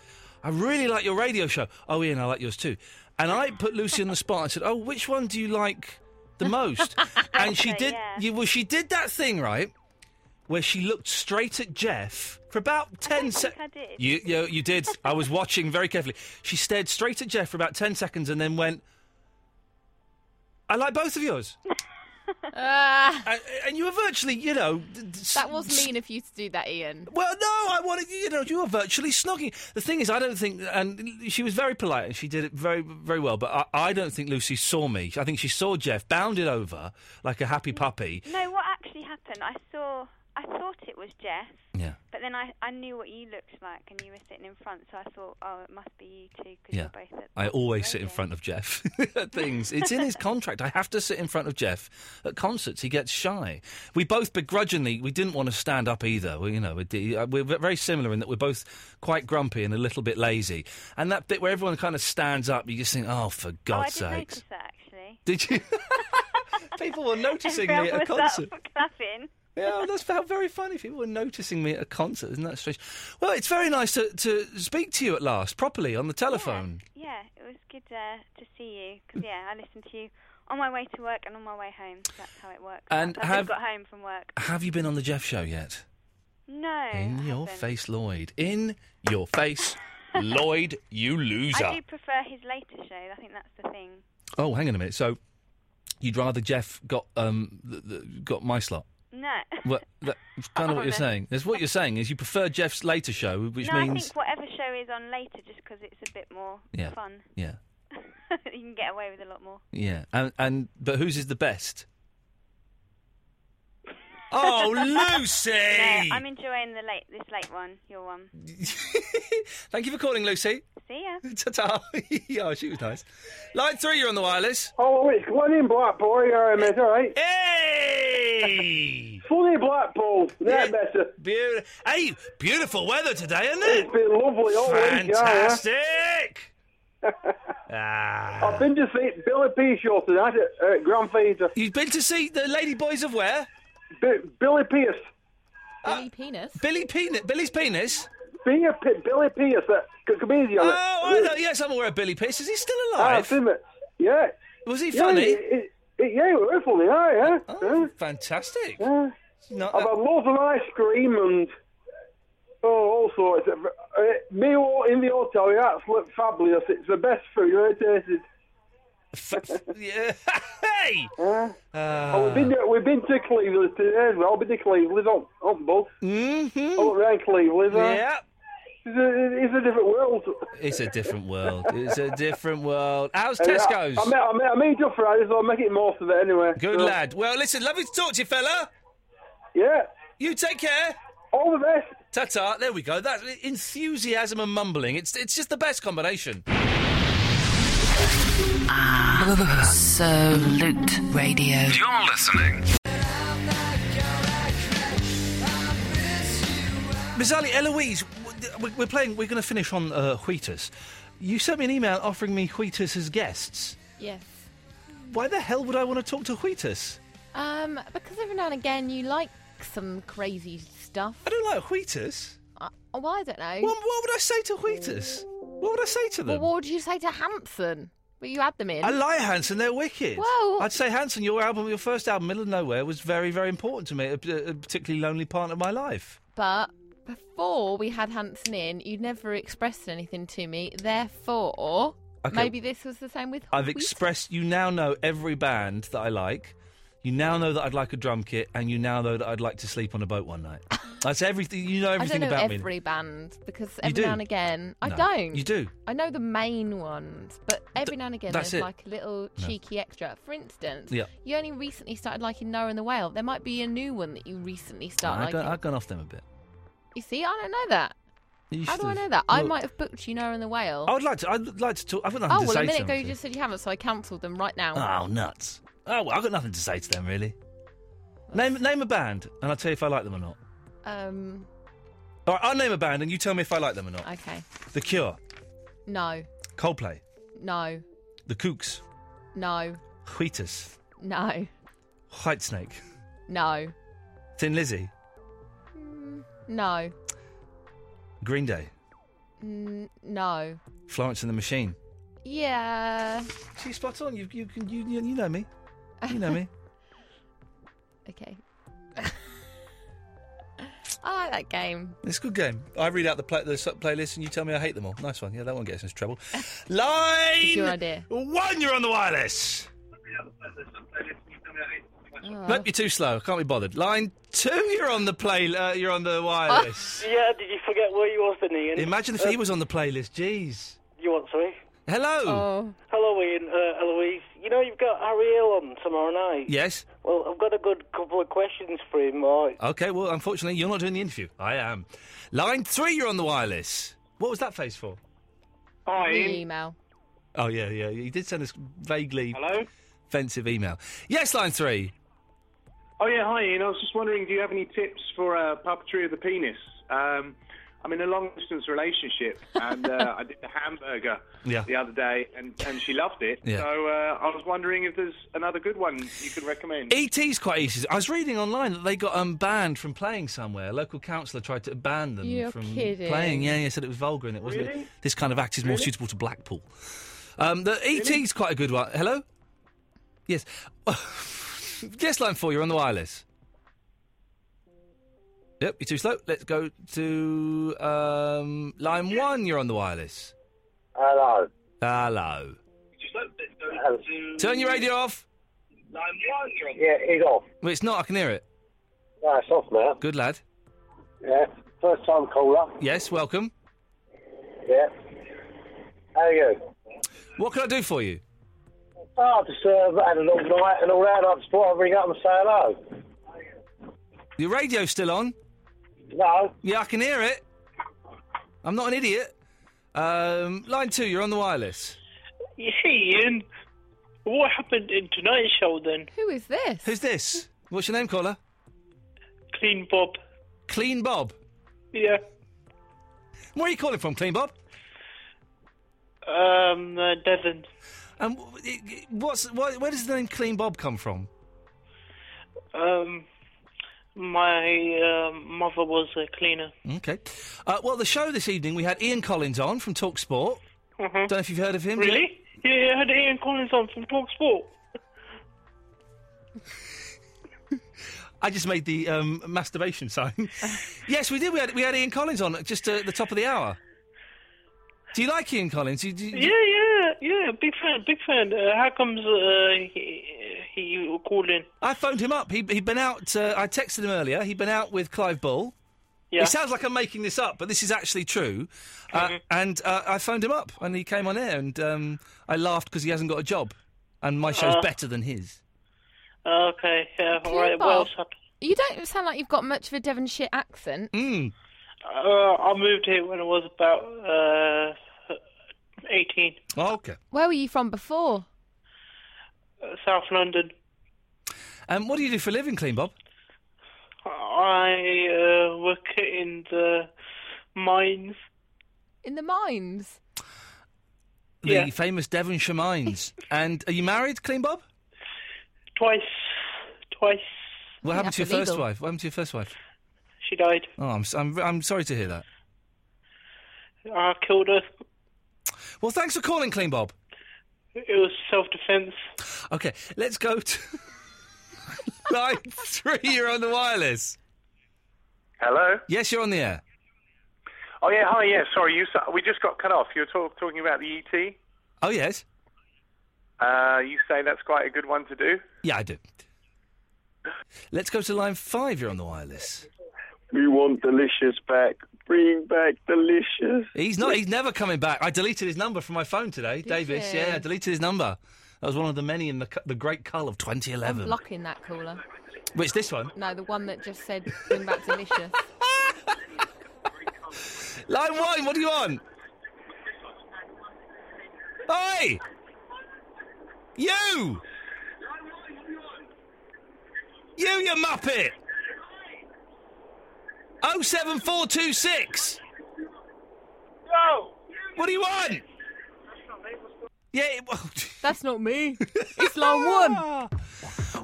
[SPEAKER 4] I really like your radio show. Oh, Ian, I like yours too. And I put Lucy on the spot and said, Oh, which one do you like
[SPEAKER 10] (laughs)
[SPEAKER 4] the most? and she
[SPEAKER 10] Okay,
[SPEAKER 4] did,
[SPEAKER 10] yeah.
[SPEAKER 4] you, well, she did that thing, right? Where she looked straight at Jeff for
[SPEAKER 10] (laughs)
[SPEAKER 4] about 10 seconds.
[SPEAKER 24] I did.
[SPEAKER 4] You, you, you did. I was watching very carefully. She stared straight at Jeff for about 10 seconds and then went, I like both of yours. and, and you were virtually, you know. d- d- s-
[SPEAKER 7] Ah. That was
[SPEAKER 4] s-
[SPEAKER 7] mean of you to do that, Ian.
[SPEAKER 4] Well, no, I wanted, you know, you were virtually snogging. The thing is, I don't think, and she was very polite and she did it very, very well, but I, I don't think Lucy saw me. I think she saw Jeff bounded over like a happy puppy.
[SPEAKER 24] No, what actually happened? I saw. I thought it was Jeff.
[SPEAKER 4] Yeah.
[SPEAKER 24] But then I, I knew what you looked like, and you were sitting in front, so I thought, oh, it must be you two because
[SPEAKER 4] Yeah.
[SPEAKER 24] you're both at.
[SPEAKER 4] I always sit in front of Jeff (laughs) at things. It's in his contract. I have to sit in front of Jeff at concerts. He gets shy. We both begrudgingly, we didn't want to stand up either. We, you know, we're, uh, we're ve- very similar in that we're both quite grumpy and a little bit lazy. And that bit where everyone kind of stands up, you just think, oh, for God's
[SPEAKER 24] oh, I did
[SPEAKER 4] sakes.
[SPEAKER 24] notice that actually.
[SPEAKER 4] Did you? (laughs) People were noticing me at a
[SPEAKER 24] Everyone was up
[SPEAKER 4] concert.
[SPEAKER 24] (laughs) clapping.
[SPEAKER 4] Yeah, that's felt very funny. People were noticing me at a concert. Isn't that strange? Well, it's very nice to, to speak to you at last, properly, on the telephone.
[SPEAKER 24] Yeah, it was good uh, to see you. 'cause, yeah, I listened to you on my way to work and on my way home. So that's how it works.
[SPEAKER 4] And
[SPEAKER 24] that's how
[SPEAKER 4] have-
[SPEAKER 24] I got home from work.
[SPEAKER 4] Have you been on the Jeff show yet?
[SPEAKER 24] No.
[SPEAKER 4] In
[SPEAKER 24] I
[SPEAKER 4] your
[SPEAKER 24] haven't.
[SPEAKER 4] face, Lloyd. In your
[SPEAKER 24] (laughs)
[SPEAKER 4] face, Lloyd, you loser.
[SPEAKER 24] I do prefer his later show. I think that's the thing.
[SPEAKER 4] Oh, hang on a minute. So, you'd rather Jeff got um th th got my slot?
[SPEAKER 24] No. (laughs)
[SPEAKER 4] Well, that's kind of what
[SPEAKER 24] Oh, no.
[SPEAKER 4] you're saying. That's what you're saying is you prefer Jeff's later show, which
[SPEAKER 24] no, I
[SPEAKER 4] means
[SPEAKER 24] think whatever show is on later, just because it's a bit more
[SPEAKER 4] yeah,
[SPEAKER 24] fun.
[SPEAKER 4] yeah,
[SPEAKER 24] (laughs) you can get away with a lot more.
[SPEAKER 4] yeah. And and but whose is the best?
[SPEAKER 24] (laughs)
[SPEAKER 4] Oh, Lucy!
[SPEAKER 24] No, I'm enjoying the late this late one. Your one.
[SPEAKER 4] Thank you for calling, Lucy.
[SPEAKER 24] See ya.
[SPEAKER 4] (laughs) Ta-ta. oh, she was nice. Line three, you're on the wireless.
[SPEAKER 19] Oh, it's Glennon Blackpool, you're a mess, uh, all right?
[SPEAKER 4] Hey!
[SPEAKER 19] Funny Blackpool, that better.
[SPEAKER 4] Beautiful. Hey, beautiful weather today, isn't it?
[SPEAKER 19] It's been lovely all week, yeah, yeah.
[SPEAKER 4] Fantastic. ah.
[SPEAKER 19] I've been to see Billy P. Show tonight at, at Grand Theatre.
[SPEAKER 4] You've been to see the Ladyboys of where?
[SPEAKER 19] Billy Pierce.
[SPEAKER 7] Billy penis.
[SPEAKER 4] Uh, Billy Penis. Billy's penis.
[SPEAKER 19] Being a P- Billy Pierce, that c- comedian.
[SPEAKER 4] Oh, I know. Yes, I'm aware of Billy Pierce. Is he still alive?
[SPEAKER 19] I've seen it. Yeah.
[SPEAKER 4] Was he
[SPEAKER 19] Yeah,
[SPEAKER 4] funny? Oh,
[SPEAKER 19] it- it- it- yeah, it was funny, yeah, yeah. yeah.
[SPEAKER 4] Fantastic.
[SPEAKER 19] Yeah.
[SPEAKER 4] Not
[SPEAKER 19] I've had loads of ice cream and oh, all sorts. Of, uh, meal in the hotel, yeah, it's looked fabulous. It's the best food I've ever
[SPEAKER 4] tasted. (laughs) yeah. hey!
[SPEAKER 19] Oh, we've been to, we've been to Cleveland today as well. I've been to Cleveland on on bus.
[SPEAKER 4] Mm-hmm.
[SPEAKER 19] Oh, around Cleveland. uh,
[SPEAKER 4] Yeah.
[SPEAKER 19] It's a, it's a different world.
[SPEAKER 4] It's a different world. It's a different world. How's
[SPEAKER 19] Uh, yeah,
[SPEAKER 4] Tesco's?
[SPEAKER 19] I, mean, I, mean, I mean, till Friday, so I'll make it most of it anyway.
[SPEAKER 4] Good
[SPEAKER 19] so,
[SPEAKER 4] lad. Well, listen, lovely to talk to you, fella.
[SPEAKER 19] Yeah.
[SPEAKER 4] You take care.
[SPEAKER 19] All the best.
[SPEAKER 4] Ta ta. There we go. That enthusiasm and mumbling. It's it's just the best combination.
[SPEAKER 2] Absolute Radio.
[SPEAKER 6] You're listening.
[SPEAKER 4] Bizarrely, Eloise, w- th- we- we're playing. We're going to finish on uh, Wheatus. You sent me an email offering me Wheatus as guests.
[SPEAKER 7] Yes.
[SPEAKER 4] Why the hell would I want to talk to Wheatus?
[SPEAKER 7] Um, because every now and again you like some crazy stuff.
[SPEAKER 4] I don't like Wheatus.
[SPEAKER 7] Uh, well, I don't know.
[SPEAKER 4] What, what would I say to Wheatus? What would I say to
[SPEAKER 7] Well,
[SPEAKER 4] them?
[SPEAKER 7] what would you say to Hampson? Well, you had them in.
[SPEAKER 4] I like Hanson, they're wicked.
[SPEAKER 7] Well-
[SPEAKER 4] I'd say Hanson, your album, your first album, Middle of Nowhere, was very, very important to me, a, a a particularly lonely part of my life.
[SPEAKER 7] But before we had Hanson in, you'd never expressed anything to me. Therefore,
[SPEAKER 4] Okay.
[SPEAKER 7] maybe this was the same with.
[SPEAKER 4] I've expressed, you now know every band that I like. You now know that I'd like a drum kit, and you now know that I'd like to sleep on a boat one
[SPEAKER 7] (laughs)
[SPEAKER 4] night. That's everything, you know everything
[SPEAKER 7] I don't know
[SPEAKER 4] about
[SPEAKER 7] every
[SPEAKER 4] me.
[SPEAKER 7] band because
[SPEAKER 4] You
[SPEAKER 7] every
[SPEAKER 4] do.
[SPEAKER 7] now and again I
[SPEAKER 4] No,
[SPEAKER 7] don't.
[SPEAKER 4] You do.
[SPEAKER 7] I know the main ones, but every now and again
[SPEAKER 4] that's
[SPEAKER 7] there's
[SPEAKER 4] it.
[SPEAKER 7] like a little
[SPEAKER 4] No.
[SPEAKER 7] cheeky extra. For instance,
[SPEAKER 4] Yeah.
[SPEAKER 7] you only recently started liking Noah and the Whale. There might be a new one that you recently start
[SPEAKER 4] I've
[SPEAKER 7] liking.
[SPEAKER 4] gone, I've gone off them a bit.
[SPEAKER 7] You see, I don't know that.
[SPEAKER 4] You
[SPEAKER 7] How do I
[SPEAKER 4] should've-
[SPEAKER 7] know that? I
[SPEAKER 4] Look,
[SPEAKER 7] might have booked you Noah and the Whale.
[SPEAKER 4] I would like to. I'd like to talk. I've got nothing
[SPEAKER 7] oh
[SPEAKER 4] to
[SPEAKER 7] well,
[SPEAKER 4] say
[SPEAKER 7] a
[SPEAKER 4] to
[SPEAKER 7] minute
[SPEAKER 4] them.
[SPEAKER 7] ago you just said you haven't, so I cancelled them right now.
[SPEAKER 4] Oh nuts! Oh, well, I've got nothing to say to them really. Name name a band, and I'll tell you if I like them or not.
[SPEAKER 7] Um,
[SPEAKER 4] All right, I'll name a band, and you tell me if I like them or not.
[SPEAKER 7] okay.
[SPEAKER 4] The Cure,
[SPEAKER 7] No,
[SPEAKER 4] Coldplay,
[SPEAKER 7] no,
[SPEAKER 4] The Kooks,
[SPEAKER 7] no,
[SPEAKER 4] Wheatus,
[SPEAKER 7] no,
[SPEAKER 4] Whitesnake,
[SPEAKER 7] no,
[SPEAKER 4] Thin Lizzy,
[SPEAKER 7] no,
[SPEAKER 4] Green Day,
[SPEAKER 7] mm, no.
[SPEAKER 4] Florence and the Machine.
[SPEAKER 7] Yeah.
[SPEAKER 4] See, spot on. You you can you you you know me. You know
[SPEAKER 7] (laughs)
[SPEAKER 4] me.
[SPEAKER 7] Okay. (laughs) I like that game.
[SPEAKER 4] It's a good game. I read out the, play- the sub- playlist, and you tell me I hate them all. Nice one. Yeah, that one gets us into trouble. Line
[SPEAKER 7] (laughs) It's your idea.
[SPEAKER 4] one. You're on the wireless. Nope, you're too slow. Can't be bothered. Line two, you're on the play. Uh, you're on the wireless.
[SPEAKER 7] (laughs)
[SPEAKER 11] Yeah, did you forget where you was then, Ian?
[SPEAKER 4] Imagine if
[SPEAKER 11] Uh,
[SPEAKER 4] he was on the playlist. Jeez.
[SPEAKER 11] You want, sorry?
[SPEAKER 4] Hello.
[SPEAKER 11] Hello, Ian, uh, Eloise. You know you've got Ariel on tomorrow night.
[SPEAKER 4] Yes.
[SPEAKER 11] Well, I've got a good couple of questions for him, all right?
[SPEAKER 4] Okay. Well, unfortunately, you're not doing the interview. I am. Line three, you're on the wireless. What was that face for?
[SPEAKER 7] Hi. Email.
[SPEAKER 4] Oh yeah, yeah. He did send us vaguely
[SPEAKER 12] Hello?
[SPEAKER 4] offensive email. Yes, line three.
[SPEAKER 12] Oh yeah, hi Ian. I was just wondering, do you have any tips for uh, puppetry of the penis? Um, I'm in a long distance
[SPEAKER 4] (laughs)
[SPEAKER 12] relationship, and uh, I did the hamburger
[SPEAKER 4] Yeah.
[SPEAKER 12] the other day, and, and she loved it.
[SPEAKER 4] Yeah.
[SPEAKER 12] So uh, I was wondering if there's another good one you could recommend.
[SPEAKER 4] ET's E quite easy. I was reading online that they got um, banned from playing somewhere. A local councillor tried to ban them
[SPEAKER 12] You're
[SPEAKER 4] from
[SPEAKER 12] kidding.
[SPEAKER 4] playing. Yeah, yeah, said it was vulgar and it wasn't.
[SPEAKER 12] Really?
[SPEAKER 4] It? This kind of act is more
[SPEAKER 12] Really?
[SPEAKER 4] suitable to Blackpool. Um, the ET's quite a good one. Hello? Yes. (laughs) yes, line four, you're on the wireless. Yep, you're too slow. Let's go to um, line one, you're on the wireless.
[SPEAKER 13] Hello.
[SPEAKER 4] Hello. Turn your radio off.
[SPEAKER 13] Yeah, he's off.
[SPEAKER 4] Well, it's not, I can hear it.
[SPEAKER 13] No, it's off now.
[SPEAKER 4] Good lad.
[SPEAKER 13] Yeah. First time caller.
[SPEAKER 4] Yes, welcome.
[SPEAKER 13] Yeah. How are you?
[SPEAKER 4] What can I do for you?
[SPEAKER 13] Oh, just uh, had a long night and all that. I just thought I'd ring up and say hello.
[SPEAKER 4] Your radio's still on?
[SPEAKER 13] No.
[SPEAKER 4] Yeah, I can hear it. I'm not an idiot. Um, line two, you're on the wireless.
[SPEAKER 11] You see, Ian, what happened in tonight's show then?
[SPEAKER 7] Who is this?
[SPEAKER 4] Who's this? What's your name, caller?
[SPEAKER 11] Clean Bob.
[SPEAKER 4] Clean Bob.
[SPEAKER 11] Yeah.
[SPEAKER 4] Where are you calling from, Clean Bob?
[SPEAKER 11] Um, uh, Devon.
[SPEAKER 4] And what's why, where does the name Clean Bob come from?
[SPEAKER 11] Um, my uh, mother was a cleaner.
[SPEAKER 4] Okay. Uh, well, the show this evening we had Ian Collins on from Talk Sport. Don't know if you've heard of him.
[SPEAKER 11] Mm-hmm. Really? Yeah, I had Ian Collins on from Talksport.
[SPEAKER 4] I just made the um, masturbation
[SPEAKER 11] (laughs)
[SPEAKER 4] sign. yes, we did. We had we had Ian Collins on at just uh, at the top of the hour. Do you like Ian Collins? Do you- do you-
[SPEAKER 11] Yeah, yeah, yeah. Big fan, big fan. Uh, how comes uh, he, he called in?
[SPEAKER 4] I phoned him up. He, he'd been out. Uh, I texted him earlier. He'd been out with Clive Bull.
[SPEAKER 11] Yeah. Mm-hmm.
[SPEAKER 4] It sounds like I'm making this up, but this is actually true. Uh, And uh, I phoned him up, and he came on air, and um, I laughed because he hasn't got a job, and my show's
[SPEAKER 11] Uh.
[SPEAKER 4] better than his.
[SPEAKER 11] Okay, yeah, all right.
[SPEAKER 7] Bob.
[SPEAKER 11] What else happened?
[SPEAKER 7] You don't sound like you've got much of a Devonshire accent.
[SPEAKER 4] Mm.
[SPEAKER 11] Uh, I moved here when I was about uh, 18,
[SPEAKER 4] Okay.
[SPEAKER 7] Where were you from before?
[SPEAKER 11] uh, South London.
[SPEAKER 4] Um, what do you do for a living, Clean Bob?
[SPEAKER 11] I uh, work in the mines.
[SPEAKER 7] In the mines.
[SPEAKER 4] the famous Devonshire mines. and are you married, Clean Bob?
[SPEAKER 11] Twice. Twice.
[SPEAKER 4] What happened to your
[SPEAKER 11] That's
[SPEAKER 4] first
[SPEAKER 11] illegal.
[SPEAKER 4] wife? What happened to your first wife?
[SPEAKER 11] She died.
[SPEAKER 4] Oh, I'm, s- I'm, I'm sorry to hear that.
[SPEAKER 11] I killed her.
[SPEAKER 4] Well, thanks for calling, Clean Bob.
[SPEAKER 11] It was self defence.
[SPEAKER 4] Okay, let's go to (laughs) line three. You're on the wireless.
[SPEAKER 12] Hello.
[SPEAKER 4] Yes, you're on the air.
[SPEAKER 12] Oh yeah, hi. Yeah, sorry. You sa- we just got cut off. You were talk- talking about the ET.
[SPEAKER 4] Oh yes.
[SPEAKER 12] Uh, you say that's quite a good one to do.
[SPEAKER 4] Yeah, I do. Let's go to line five. You're on the wireless.
[SPEAKER 21] We want delicious back. Bring back delicious.
[SPEAKER 4] He's not. He's never coming back. I deleted his number from my phone today, Davis.
[SPEAKER 7] you?
[SPEAKER 4] Yeah, I deleted his number. That was one of the many in the cu- the great cull of
[SPEAKER 7] I'm
[SPEAKER 4] 2011.
[SPEAKER 7] blocking that caller.
[SPEAKER 4] Which this one?
[SPEAKER 7] No, the one that just said bring back delicious.
[SPEAKER 4] Line one. What do you want? Hey, you. You, you muppet. Oh seven four two six.
[SPEAKER 11] No!
[SPEAKER 4] What do you want? Yeah.
[SPEAKER 7] That's
[SPEAKER 4] (laughs)
[SPEAKER 7] not me. It's line one.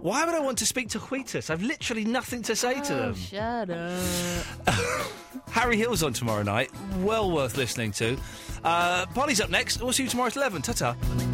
[SPEAKER 4] Why would I want to speak to Wheatus? I've literally nothing to say to
[SPEAKER 7] Oh,
[SPEAKER 4] them.
[SPEAKER 7] shut up.
[SPEAKER 4] Harry Hill's on tomorrow night. Well worth listening to. Uh, Polly's up next. We'll see you tomorrow at 11. Ta ta.